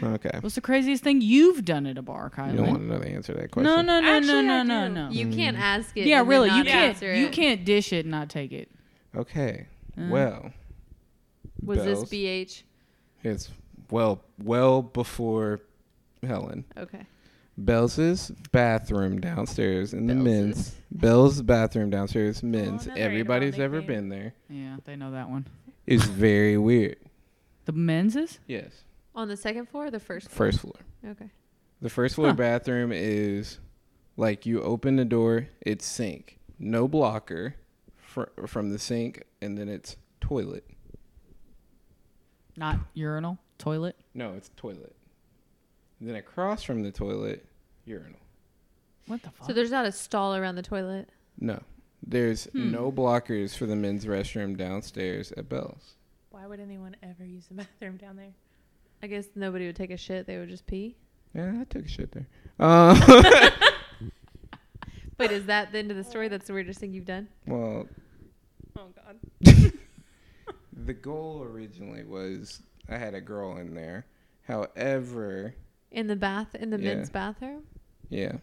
A: Okay.
B: What's the craziest thing you've done at a bar, Kylie?
A: You don't want to know the answer to that question.
B: no, no, no,
C: Actually,
B: no,
C: I
B: no,
C: do.
B: no, no.
D: You can't ask it.
B: Mm. Yeah,
D: and then
B: really. You
D: not
B: can't.
D: answer
B: You
D: it.
B: can't dish it and not take it.
A: Okay.
B: Uh.
A: well.
D: Was this
A: Bells.
D: BH?
A: It's well, well before Helen.
D: Okay.
A: Bell's bathroom downstairs in the men's.
D: Bell's.
A: Bell's bathroom
B: Oh,
A: downstairs, men's.
C: another
A: Everybody's
C: Annabelle
A: ever
C: nickname.
A: been there
B: Yeah, they know that one.
A: is very weird.
B: The men's is?
A: Yes.
D: On the second floor or the first floor?
A: First floor.
D: Okay.
A: The first floor
B: Huh.
A: bathroom is like you open the door, it's sink, no blocker fr- from the sink, and then it's toilet.
B: Not urinal, toilet.
A: No, it's toilet. then across from the toilet, urinal.
B: What the fuck?
D: So there's not a stall around the toilet.
A: No, there's no blockers for the men's restroom downstairs at Bell's.
C: Why would anyone ever use the bathroom down there?
D: I guess nobody would take a shit. They would just pee.
A: Yeah, I took a shit there. Um,
D: Wait, is that the end of the story? That's the weirdest thing you've done?
A: well,
C: Oh God.
A: the goal originally was I had a girl in there. However,
D: In the bath, in the
A: Yeah.
D: men's bathroom?
A: Yeah,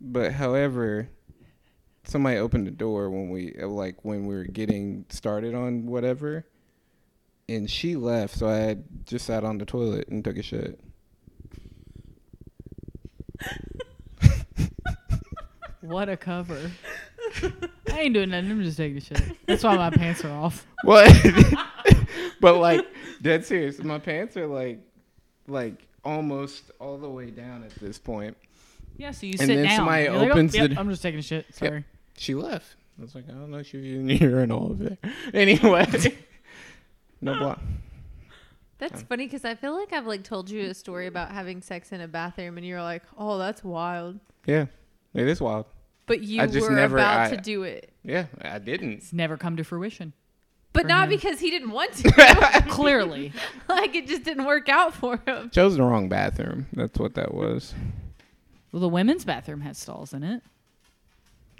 A: but however, somebody opened the door when we uh, like when we were getting started on whatever, and she left. So I just sat on the toilet and took a shit.
B: What a cover. I ain't doing nothing. I'm just taking a shit. That's why my pants are off.
A: What? but like, dead serious. My pants are like, like almost all the way down at this point.
B: Yeah, so you
A: And sit then down. somebody You're like, "Oh, opens yep, the-
B: I'm just taking a shit. Sorry.
A: She left. I was like, I don't know. She was in the urinal over there. Anyway, no block.
D: That's funny because I feel like I've like told you a story about having sex in a bathroom and you're like, oh, that's wild.
A: Yeah, it is wild.
D: But you
A: I just
D: were
A: never-
D: about
A: I-
D: to do it.
A: Yeah, I didn't.
B: It's never come to fruition.
D: But
B: for
D: not
B: him.
D: because he didn't want to.
B: Clearly.
D: like it just didn't work out for him.
A: Chose the wrong bathroom. That's what that was.
B: Well, the women's bathroom has stalls in it,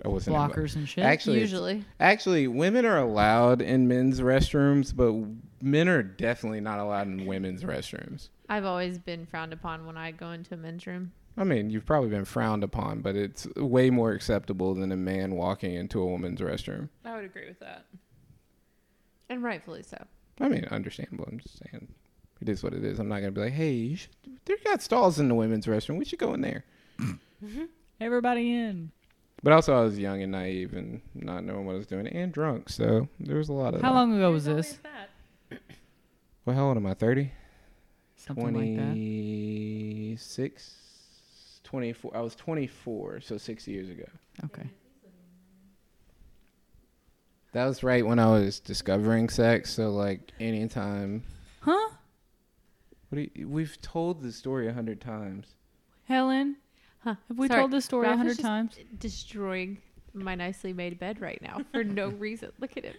A: I wasn't invi-
B: blockers and shit.
A: Actually, it's-
D: Usually.
A: actually, women are allowed in men's restrooms, but men are definitely not allowed in women's restrooms.
D: I've always been frowned upon when I go into a men's room.
A: I mean, you've probably been frowned upon, but it's way more acceptable than a man walking into a woman's restroom.
C: I would agree with that.
D: And rightfully so.
A: I mean, understandable. I'm just saying, it is what it is. I'm not gonna be like, hey, you should, they got stalls in the women's restroom. We should go in there.
B: Everybody in.
A: But also, I was young and naive and not knowing what I was doing, and drunk. So there was a lot of.
B: How
A: that.
B: long ago was this?
A: Well, how old am I? Thirty.
B: Something like that.
A: 26 24 i was 24 so six years ago
B: Okay.
A: that was right when i was discovering sex so like anytime
B: Huh?
A: what do you, we've told the story a hundred times
B: Helen,
D: Huh.
B: have we
D: Sorry,
B: told this story
D: Ralph
B: a hundred
D: is just
B: times?
D: Destroying my nicely made bed right now for no reason. Look at him.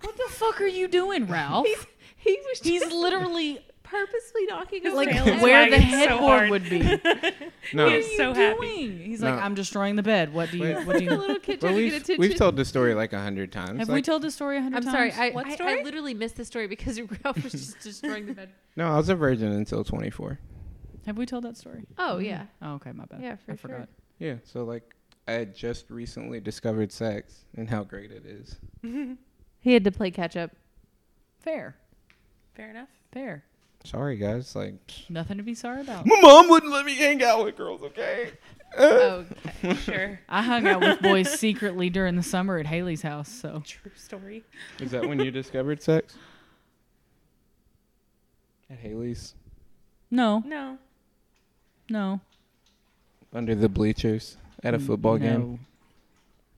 B: What the fuck are you doing, Ralph?
D: Oh. He's he was
B: He's
D: just
B: literally
D: purposely knocking over
B: like
D: his
B: where the
D: leg.
C: It's so
B: headboard
C: hard.
B: would be. What
A: no
B: are
C: He's
B: you
C: so happy.
B: doing? He's
A: No.
B: like, I'm destroying the bed. What do you?
A: Wait.
B: What do
D: the
B: you?
D: little kid
A: but
D: trying to get
A: we've,
D: attention.
A: we've told the story like a hundred times
B: Have
A: like,
B: we told the story a hundred
D: I'm
B: times?
D: sorry, I,
C: What
D: I, I
C: story?
D: literally missed the story because Ralph was just destroying the bed.
A: no i was a virgin until 24
B: Have we told that story?
D: Oh yeah.
B: Oh, okay, my bad.
D: Yeah, for
B: I
D: sure.
B: forgot.
A: yeah so like i had just recently discovered sex and how great it is
D: He had to play catch up.
B: Fair,
C: Fair enough.
B: fair.
A: sorry guys like
B: Nothing to be sorry about.
A: my mom wouldn't let me hang out with girls okay
D: Oh,
C: Sure.
B: I hung out with boys secretly during the summer at Haley's house, so
C: True story.
A: Is that when you discovered sex? At Haley's,
B: no,
C: No.
B: no.
A: under the bleachers, at a football game.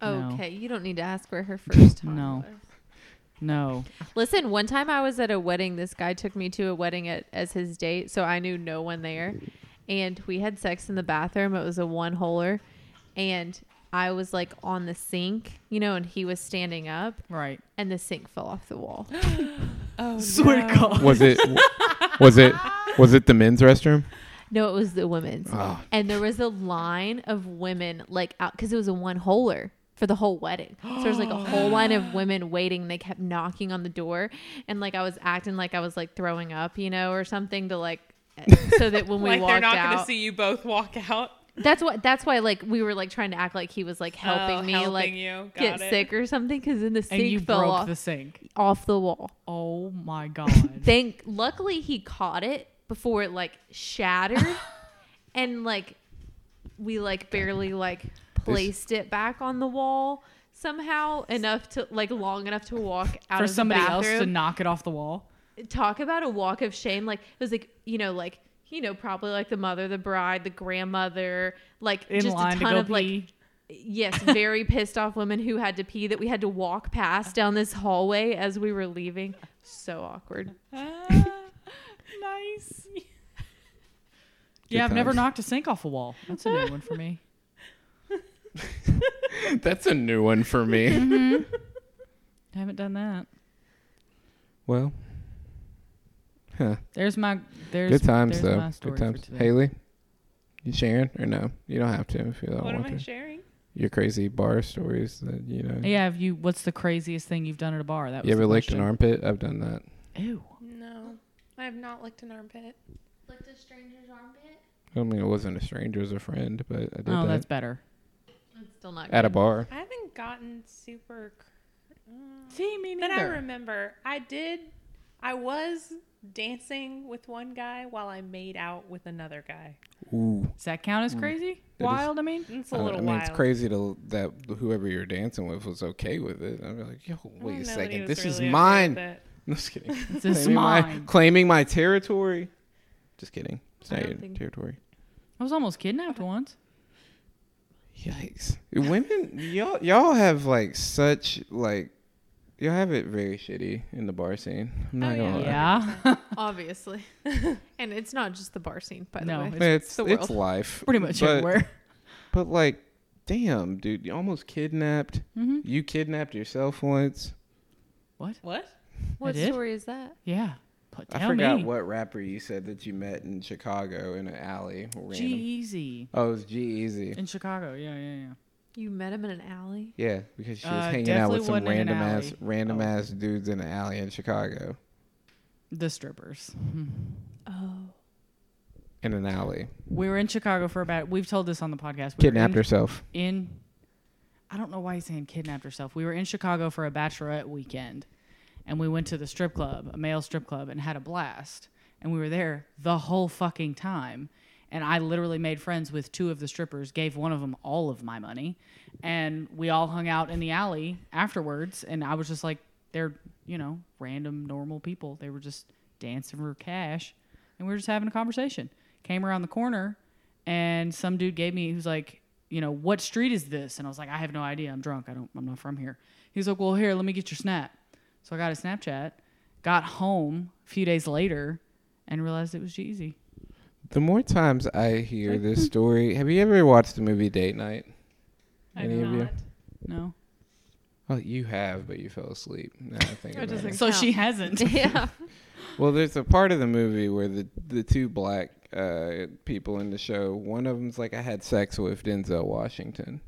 B: No.
D: okay. You don't need to ask where her first time
B: No.
D: was.
B: No,
D: Listen, one time I was at a wedding. This guy took me to a wedding at, as his date, so I knew no one there. And we had sex in the bathroom. It was a one holer. And I was like on the sink, you know, and he was standing up,
B: right.
D: and the sink fell off the wall.
C: Oh,
B: Swear to God.
A: Was it? was it? Was it the men's restroom?
D: No, it was the women's.
B: Ah.
A: Oh.
D: And there was a line of women, like, out because it was a one holer for the whole wedding. So there's like a whole line of women waiting. They kept knocking on the door. And like, I was acting like I was like throwing up, you know, or something to like, so that when we
C: like
D: walked
C: they're not going to
D: out,
C: see you both walk out.
D: that's why, that's why like we were like trying to act like he was like helping
C: Oh,
D: me,
C: helping
D: like,
C: you. Got
D: get
C: it.
D: sick or something. Cause then the
B: And
D: sink
B: you
D: fell
B: broke
D: off,
B: the sink.
D: off the wall.
B: Oh my god.
D: Thank, luckily he caught it before it like shattered, and like we like barely like placed it back on the wall somehow enough to like long enough to walk out
B: for
D: of
B: somebody
D: the
B: else
D: bathroom.
B: to knock it off the wall.
D: Talk about a walk of shame! Like it was like you know like you know probably like the mother, the bride, the grandmother, like
B: in
D: just
B: line
D: a ton
B: to go
D: of like
B: pee.
D: yes, very pissed off women who had to pee that we had to walk past down this hallway as we were leaving. So awkward.
C: Ah,
B: nice.
A: Good
B: Yeah, I've never
A: times.
B: knocked a sink off a wall. That's a new one for me.
A: That's a new one for me.
B: Mm-hmm. I haven't done that.
A: well, huh.
B: There's my there's
A: Good times
B: there's
A: though.
B: My story
A: Good times.
B: For today.
A: Haley, you sharing or no? You don't have to if you don't
C: What am
A: want
C: I
A: to.
C: sharing?
A: Your crazy bar stories that you know.
B: Yeah, have you? What's the craziest thing you've done at a bar? That was
A: You ever
B: the
A: licked an
B: question.
A: armpit? I've done that.
B: Ew.
C: No. I have not licked an armpit.
D: Licked a stranger's armpit.
A: I mean, it wasn't a stranger, it was a friend, but I did
B: Oh,
A: that
B: that's better.
D: It's still not
A: at a
D: good.
A: bar.
C: I haven't gotten super. cr- Mm.
B: See me
C: Then I remember I did. I was dancing with one guy while I made out with another guy.
A: Ooh.
B: Does that count as crazy?
A: Mm. That is-
B: Wild. I mean,
C: It's a
A: Uh, I don't-
C: little
A: I mean,
C: wild.
A: it's crazy to, that whoever you're dancing with was okay with it. I'm like, yo,
C: I
A: wait
C: don't know
A: a
C: that he
A: second,
C: was
A: this
C: really
A: is
C: okay with
A: mine. No,
C: it.
A: just kidding.
B: this is
A: Claiming my-
B: mine.
A: claiming my territory. Just kidding. It's
D: I
A: not
D: don't
A: your
D: think-
A: territory.
B: I was almost kidnapped once.
A: Yikes! Women, y'all, y'all have like such like, y'all have it very shitty in the bar scene. I'm not
C: Oh,
A: gonna lie.
B: Yeah.
D: Obviously. and it's not just the bar scene, by the
B: No,
D: way.
A: But It's,
D: the
A: it's
D: world.
A: life.
B: Pretty much
A: but,
B: everywhere.
A: But like, damn, dude, you almost kidnapped.
B: hmm
A: You kidnapped yourself once.
B: What?
C: What?
D: What
B: did?
D: story is that?
B: Yeah. Put,
A: I
B: tell
A: forgot
B: me.
A: what rapper you said that you met in Chicago in an alley. Random.
B: G Easy
A: Oh, it was G Easy.
B: in Chicago. Yeah, yeah, yeah.
D: You met him in an alley.
A: Yeah, because she was
B: Uh,
A: hanging out
B: definitely
A: with some
B: wasn't in an
A: random ass
B: alley.
A: random ass dudes in an alley in Chicago.
B: The strippers.
D: Oh,
A: In an alley.
B: We were in Chicago for about. We've told this on the podcast. We were
A: Kidnapped
B: in,
A: herself.
B: in. I don't know why he's saying kidnapped herself. We were in Chicago for a bachelorette weekend, and we went to the strip club, a male strip club, and had a blast. And we were there the whole fucking time. And I literally made friends with two of the strippers, gave one of them all of my money, and we all hung out in the alley afterwards. And I was just like, they're you know random normal people. They were just dancing for cash, and we were just having a conversation. Came around the corner, and some dude gave me he was like you know what street is this and i was like i have no idea i'm drunk i don't i'm not from here he's like well here let me get your snap so i got a snapchat got home a few days later and realized it was jeezy
A: The more times I hear this story, have you ever watched the movie Date Night?
C: I'm
A: Any of you?
C: not.
B: no
A: Oh, you have, but you fell asleep. Now I think
D: That
A: about
D: doesn't
A: it.
B: so
D: count.
B: she hasn't
D: yeah.
A: Well, there's a part of the movie where the the two black uh, people in the show, one of them's like, I had sex with Denzel Washington,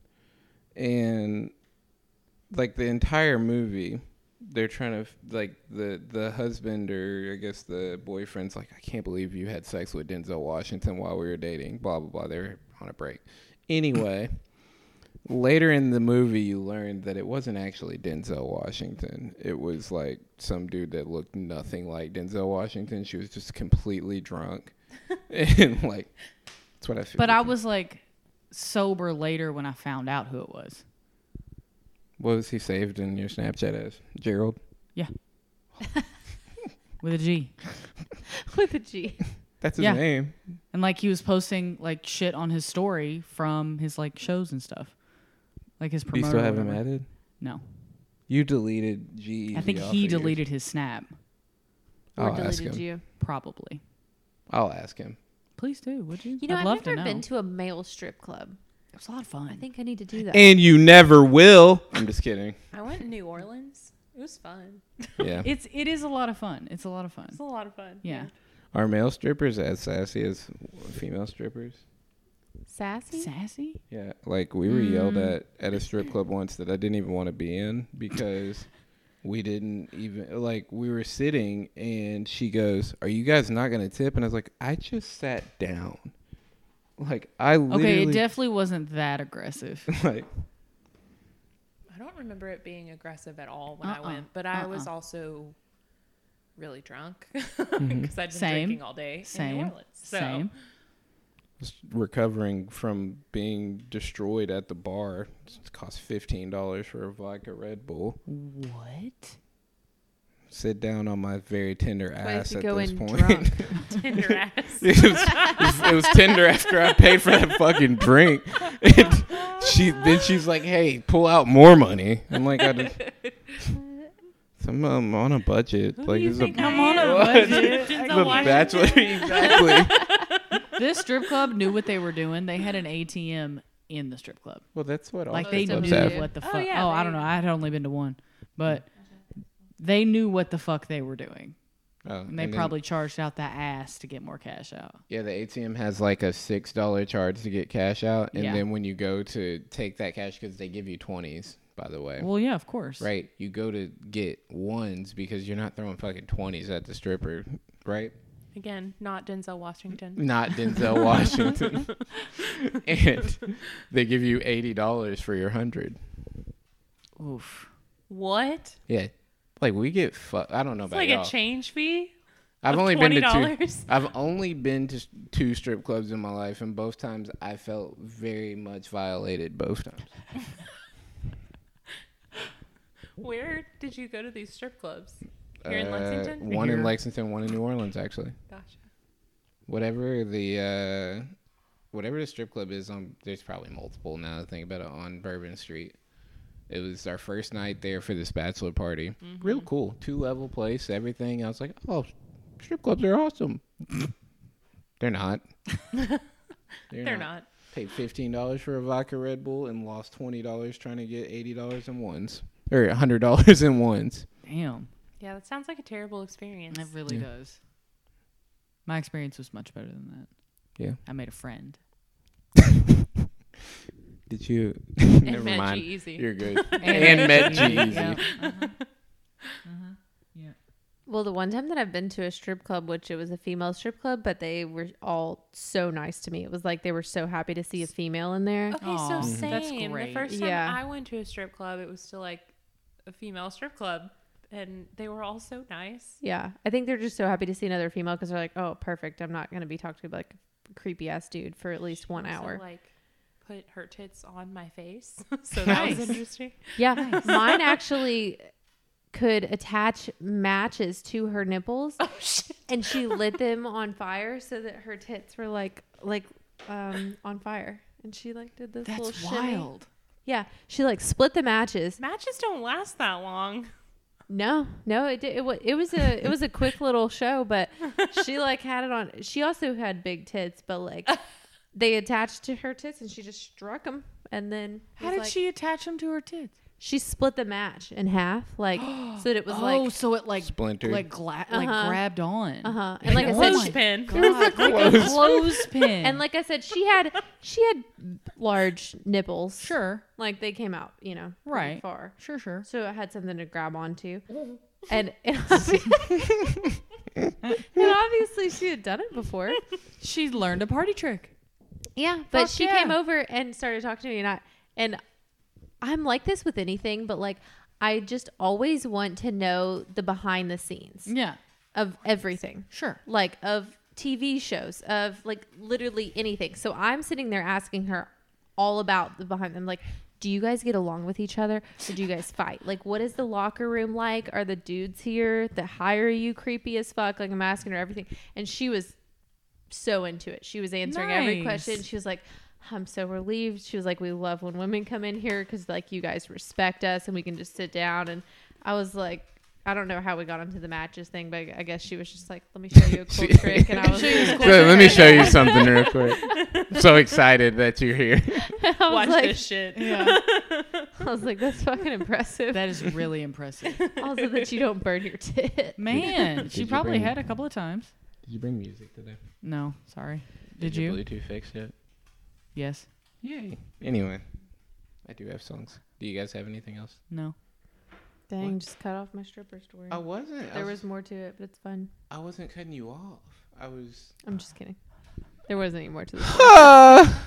A: and like the entire movie, they're trying to like the the husband or I guess the boyfriend's like, I can't believe you had sex with Denzel Washington while we were dating. Blah blah blah. They're on a break. Anyway. Later in the movie, you learned that it wasn't actually Denzel Washington. It was like some dude that looked nothing like Denzel Washington. She was just completely drunk, and like that's what I feel.
B: but i was like sober later when i found out who it was
A: What was he saved in your Snapchat as Gerald?
B: with a g
D: With a G.
A: That's his
B: Yeah.
A: name.
B: and like he was posting like shit on his story from his like shows and stuff like his
A: Do you
B: promoter
A: still
B: or
A: have him
B: whatever.
A: added?
B: no
A: You deleted G. E
B: i think he deleted his snap
D: Or
A: I'll ask
D: deleted
A: him.
D: you.
B: probably
A: I'll ask him.
B: Please do, would you?
D: You know,
B: I'd
D: I've
B: love
D: never
B: to know.
D: been to a male strip club.
B: it was a lot of fun.
D: I think I need to do that.
A: And you never will. I'm just kidding.
C: I went to New Orleans. It was fun.
A: Yeah.
B: it's it is a lot of fun. It's a lot of fun.
C: It's a lot of fun.
B: Yeah.
A: Are male strippers as sassy as female strippers?
D: Sassy.
B: Sassy?
A: Yeah, like we were yelled
B: Mm.
A: at at a strip club once that I didn't even want to be in because we didn't even like we were sitting and she goes, "Are you guys not going to tip?" And I was like, "I just sat down." Like I
B: Okay,
A: literally
B: it definitely wasn't that aggressive.
A: like
C: I don't remember it being aggressive at all when I
B: Uh-uh.
C: went, but I was
B: Uh-uh.
C: also really drunk because I'd been
B: Mm-hmm. Same.
C: drinking all day in
B: Same.
C: New Orleans. So
B: Same.
A: was recovering from being destroyed at the bar. It cost $15 for a vodka Red Bull.
B: What?
A: Sit down on my very tender
D: Why did
A: ass
D: you
A: at
D: go
A: this
D: in
A: point.
D: drunk?
C: Tinder ass.
A: it, was, it was- it was tender after I paid for that fucking drink. And she then she's like, "Hey, pull out more money." I'm like, I just, "I'm um, on a budget. like, this is a,
B: I'm on a
A: What?
B: budget.
A: the bachelor, exactly."
B: this strip club knew what they were doing. They had an ATM in the strip club.
A: well, that's what all
B: Like they
A: clubs
B: knew
A: have.
B: what the
C: Oh,
B: fuck.
C: yeah,
B: oh, I
C: they-
B: don't know. I had only been to one, but they knew what the fuck they were doing,
A: Oh,
B: and they
A: and then-
B: probably charged out the ass to get more cash out.
A: yeah, the ATM has like a six dollar charge to get cash out, and
B: Yeah.
A: then when you go to take that cash, because they give you twenties, by the way.
B: Well, yeah, of course.
A: Right, you go to get ones because you're not throwing fucking twenties at the stripper, right?
C: Again, not Denzel Washington.
A: not Denzel Washington. and they give you eighty dollars for your hundred.
B: Oof.
C: What?
A: Yeah, like we get fucked. I don't know
C: It's
A: about
C: like
A: y'all.
C: a change fee.
A: I've
C: of
A: only been to two.
C: $20?
A: I've only been to s- two strip clubs in my life, and both times I felt very much violated. Both times.
C: Where did you go to these strip clubs? Here
A: Uh,
C: in Lexington?
A: one in
B: Here.
A: Lexington, one in New Orleans, actually.
C: Gotcha.
A: Whatever the. Uh, Whatever the strip club is on, there's probably multiple now. that I Think about it on Bourbon Street. It was our first night there for this bachelor party.
C: Mm-hmm.
A: Real cool. Two level place, everything. I was like, oh, strip clubs are awesome. They're not. They're,
C: They're not.
A: Paid $15 for a vodka Red Bull and lost $20 trying to get $80 in ones or $100 in ones.
B: Damn.
C: Yeah, that sounds like a terrible experience.
B: It really
A: Yeah.
B: does. My experience was much better than that.
A: Yeah.
B: I made a friend.
A: Did you?
C: It
A: Never
C: met
A: mind.
C: you easy.
A: You're good. And met Jeezy.
B: Yeah.
D: Well, the one time that I've been to a strip club, which it was a female strip club, but they were all so nice to me. It was like they were so happy to see a female in there.
C: Okay,
B: Aw,
C: so
B: Mhm.
C: same.
B: that's
C: The
B: great.
C: first time
D: Yeah.
C: I went to a strip club, it was to like a female strip club, and they were all so nice.
D: Yeah, I think they're just so happy to see another female because they're like, oh, perfect. I'm not gonna be talked to by like a creepy ass dude for at least one
C: Also,
D: hour.
C: like put her tits on my face, so that
B: Nice.
C: was interesting.
D: yeah, mine actually could attach matches to her nipples,
B: Oh,
D: and she lit them on fire so that her tits were like like um on fire. And she like did this little
B: That's
D: shimmy.
B: wild.
D: Yeah, she like split the matches
C: Matches don't last that long.
D: No, no, it did, it, wa- it was a it was a quick little show, but she like had it on. She also had big tits, but like they attached to her tits, and she just struck them, and then
B: How
D: was
B: did
D: like-
B: she attach them to her tits?
D: She split the match in half, like so that it was
B: oh,
D: like
B: so it like
A: Splintered.
B: like gla- like
D: Uh-huh.
B: grabbed on.
D: uh huh, and like I
B: Oh
D: said,
B: my
C: Clothespin.
D: she,
B: God, like a clothespin.
D: and like I said, she had she had large nipples,
B: sure,
D: like they came out, you know, pretty
B: Right.
D: far,
B: sure, sure.
D: so I had something to grab onto, and. and obvi- And obviously, she had done it before.
B: She learned a party trick.
D: Yeah, but
B: Fuck
D: she
B: yeah.
D: came over and started talking to me, and I and I'm like this with anything, but like I just always want to know the behind the scenes
B: Yeah,
D: of everything,
B: sure.
D: like of TV shows, of like literally anything. So I'm sitting there asking her all about the behind them, like. Do you guys get along with each other or do you guys fight? Like, what is the locker room like? Are the dudes here that hire you creepy as fuck? Like, I'm asking her everything. And she was so into it. She was answering every
B: Nice.
D: question. She was like, I'm so relieved. She was like, we love when women come in here because like you guys respect us and we can just sit down. And I was like, I don't know how we got onto the matches thing, but I guess she was just like, let me show you a cool
A: She-
D: trick. And I was,
B: She was
A: So let me show you something real quick. I'm so excited that you're here.
D: I was
C: Watch
D: like,
C: this shit.
B: Yeah,
D: I was like, that's fucking impressive.
B: that is really impressive.
D: also that you don't burn your tit.
B: Man, she
A: you
B: probably
A: bring-
B: had a couple of times.
A: Did you bring music today?
B: No, sorry. Did you?
A: Bluetooth fix it?
B: Yes.
A: Yay. Anyway, I do have songs. Do you guys have anything else?
B: No.
D: Dang, just cut off my stripper story.
A: Oh, wasn't.
D: There was more to it, but it's fun.
A: I wasn't cutting you off. I was.
D: I'm just kidding. There wasn't any more to this.
A: Ah!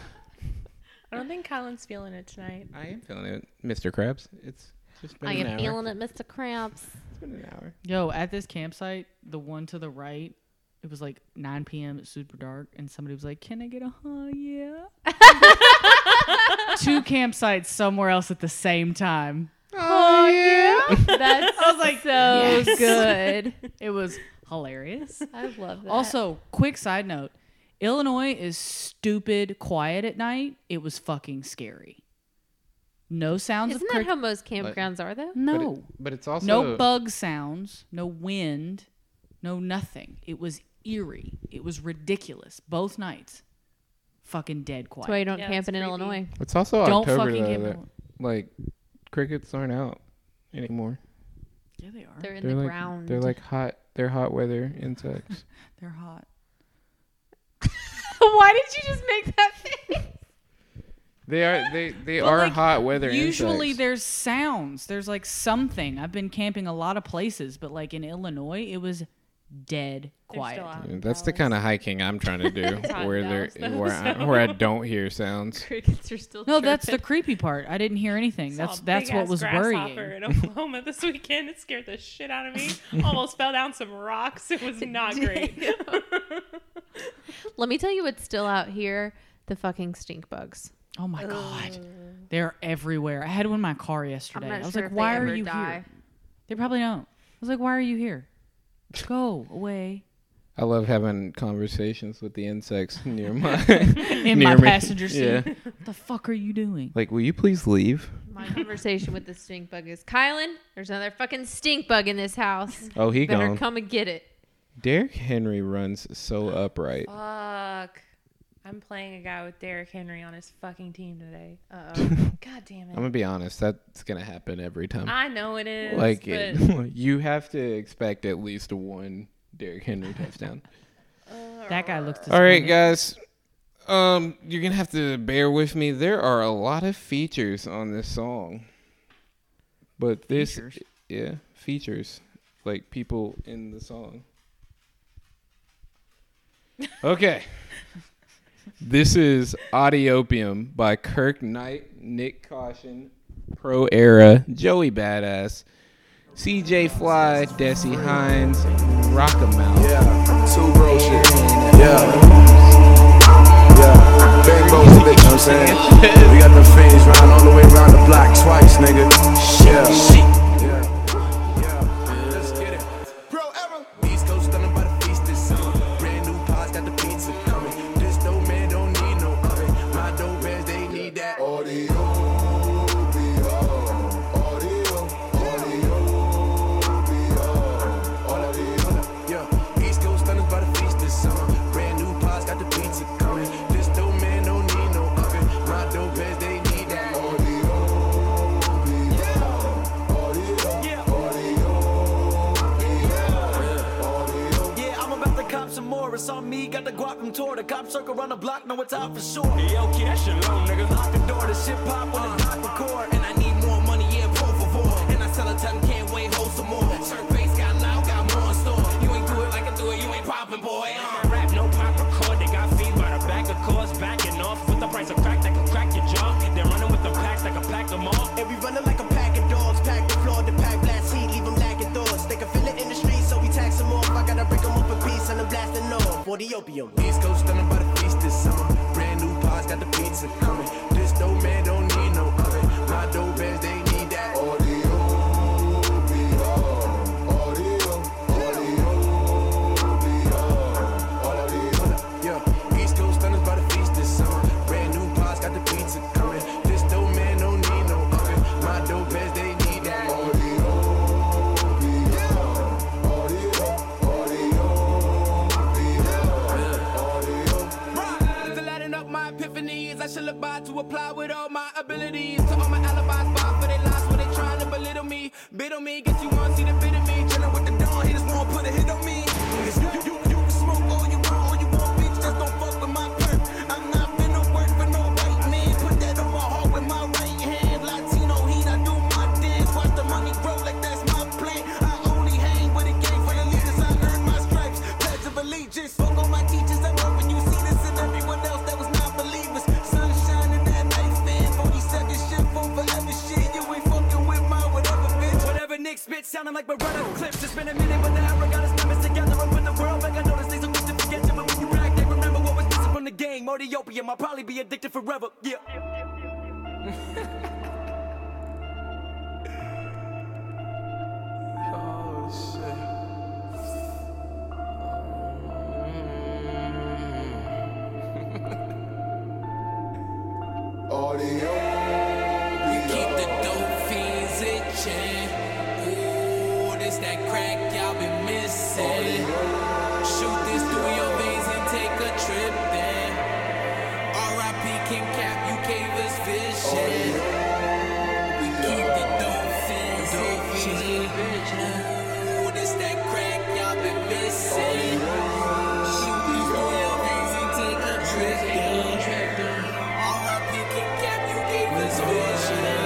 C: I don't think Colin's feeling it tonight.
A: I am feeling it, Mr. Krabs. It's just been
D: I
A: an
D: am
A: hour.
D: feeling it, Mr. Cramps.
A: It's been an hour.
B: Yo, at this campsite, the one to the right, it was like 9 p.m. It's super dark, and somebody was like, "Can I get a huh? Yeah." Two campsites somewhere else at the same time.
A: Oh, yeah.
D: That's I was like, so good.
B: It was hilarious.
D: I love that.
B: Also, quick side note: Illinois is stupid quiet at night. It was fucking scary. No sounds
D: Isn't
B: of
D: that
B: crick-
D: how most campgrounds are, though?
B: no.
A: But it's also.
B: no bug sounds, no wind, no nothing. It was eerie. It was ridiculous. Both nights, fucking dead
D: That's why you
B: quiet.
D: don't
C: Yeah,
D: camp
C: it's
D: in
C: creepy.
D: Illinois.
A: It's also
B: Don't
A: Oh, October,
B: fucking
A: though,
B: give me
A: that,
B: one.
A: Like, crickets aren't out anymore.
B: Yeah, they are.
D: They're in
A: they're
D: the
A: like
D: ground.
A: they're like hot. They're hot weather insects.
B: They're hot.
D: why did you just make that face?
A: they are they they
B: But,
A: are
B: like,
A: hot weather.
B: Usually
A: insects.
B: there's sounds. There's like something. I've been camping a lot of places, but like in Illinois, it was dead quiet.
C: still out.
A: Yeah, that's the kind of hiking I'm trying to do,
C: hot in
A: where there
C: Dallas, though,
A: where I, where I don't hear sounds.
D: Crickets are still.
B: No, that's the creepy part. I didn't hear anything. That's
C: Saw a
B: that's what
C: big-ass
B: was
C: grasshopper
B: worrying.
C: In Oklahoma this weekend, it scared the shit out of me. Almost fell down some rocks. It was not great.
D: Let me tell you what's still out here: the fucking stink bugs.
B: Oh my god. They're everywhere. I had one in my car yesterday. I was like, "Why are you here?" They probably don't. I was like, why are you here? Go away.
A: I love having conversations with the insects near my
B: In
A: near
B: my
A: me.
B: passenger seat.
A: Yeah,
B: What the fuck are you doing?
A: like will you please leave?
D: My conversation with the stink bug is, Kylan, there's another fucking stink bug in this house.
A: Oh, he
D: Better
A: gone.
D: come and get it.
C: Oh,
A: Derrick Henry runs so upright.
C: Fuck. I'm playing a guy with Derrick Henry on his fucking team today.
D: Uh-oh.
C: God damn
A: I'm
C: it.
A: gonna be honest. That's gonna happen every time.
C: I know it is.
A: like
C: but
A: it, you have to expect at least one Derrick Henry touchdown.
B: That guy looks.
A: All right,
B: disappointed.
A: guys. Um, you're gonna have to bear with me. There are a lot of features on this song, but this,
B: Features?
A: yeah, features like people in the song. Okay, this is "Audiopium" by Kirk Knight, Nick Caution, Pro Era, Joey Badass, C.J. Fly, Desi Hines, Rockamount.
E: Yeah, two bro shit. Yeah. Yeah. Big bro split, you know what I'm saying? We got the fiends round all the way around the block twice, nigga. Yeah. Yeah. Yeah. Let's get it. Bro, ever. East Coast stunning by the feast this summer. Brand new pods got the pizza coming. This dope man don't need no oven. My dope bands, they need that. Audio. Yeah, East Coast thunder by the feast this summer. Brand new pots, got the pizza coming. This dope man don't need no oven. My dope heads, they need that.
F: Yeah, I'm about to cop some more. It's on me, got the guap from tour. The cop circle around the block, know it's out for sure. Yo, kid, that shit low, nigga. Lock the door, the shit pop when the top record. And I need more money, yeah, pour for four. And I tell her, tell him, can't wait, hold some more. Shirt face got loud, got more in store. You ain't do it like I do it, you ain't poppin', boy. Uh. Rap, no pop record, they got feed by the back of cars, backing off with the price of crack that can crack your jaw. They're running with the packs that can pack them all.
G: And we running like a pack of dogs, pack the floor, the pack blast heat, leave them lacking thoughts. They can feel it in the streets, so we tax them off. I gotta break them up in peace and I'm blasting off. For the opium.
E: East Coast stunning by the feast this summer. Brand new pots, got the pizza coming. This dope man don't need no oven. My dope heads, they need that. Yeah, East Coast thunder by the feast this summer. Brand new pots, got the pizza coming. This dope man don't need no oven. My dope heads, they need that.
F: Rise to lighten up my epiphanies. I shall abide to apply with all my abilities. To all my alibis, bow for their lies when they trying to belittle me. Bit on me, get you one, see the bit of me. Chillin' with the dog, he just won't put a hit on me. Niggas, You, you, you can smoke all you want, all you want, bitch. Just don't fuck with my perp. I'm not finna work for no white man. Put that on my heart with my right hand. Latino heat, I do my dance. Watch the money grow like that's my plan. I only hang with a gang for the leaders. I earn my stripes, pledge of allegiance. Fuck on my teachers, I'm hoping you see this in everyone else that was not believers. Sunshine in that nightstand, 42nd shift, phone forever shit. You ain't fucking with my whatever, bitch. Whatever Nick spit, sounding like Beretta clips. It's been a minute, but now I got his numbers together. I'm in the world, like I know this things are wish to forget you. But when you back, they remember what was missing from the game. Or the opium, I'll probably be addicted forever. Yeah.
E: Oh, shit.
F: Keep the dope fiends itching. Ooh, this that crack y'all been missing. Shoot this through your veins and take a trip then. R.I.P. Kim Cap, you gave us vision. Keep the dope fiends itching. Ooh, this that crack y'all been missing. Shoot this through your veins and take a trip then. R.I.P. Kim Cap, you gave us vision.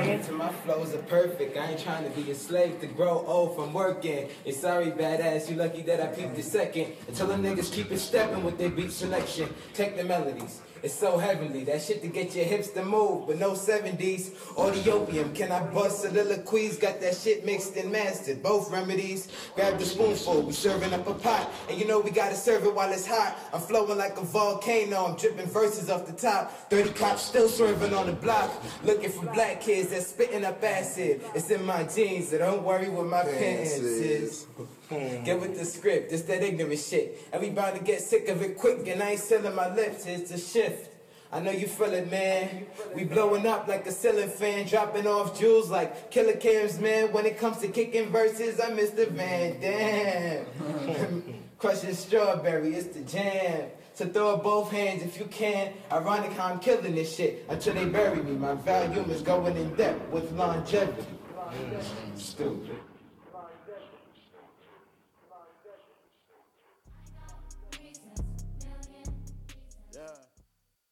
H: Into my flows are perfect. I ain't trying to be a slave to grow old from working. And sorry, badass, you lucky that I peeped a second. Until them niggas keep it stepping with their beat selection. Take the melodies. It's so heavenly. That shit to get your hips to move, but no 70s. Or the opium. Can I bust soliloquies? Got that shit mixed and mastered. Both remedies. Grab the spoonful. We serving up a pot. And you know we gotta serve it while it's hot. I'm flowing like a volcano. I'm dripping verses off the top. 30 cops still serving on the block. Looking for black kids that's spitting up acid. It's in my jeans, so don't worry what my pants is. Get with the script, it's that ignorant shit. And we bound to get sick of it quick, and I ain't selling my lips, it's the shift. I know you feel it, man. We blowing up like a ceiling fan, dropping off jewels like killer cams, man. When it comes to kicking verses, I'm Mr. Van Dam. Crushing strawberry, it's the jam. So throw up both hands if you can. Ironic how I'm killing this shit until they bury me. My volume is going in depth with longevity. Stupid.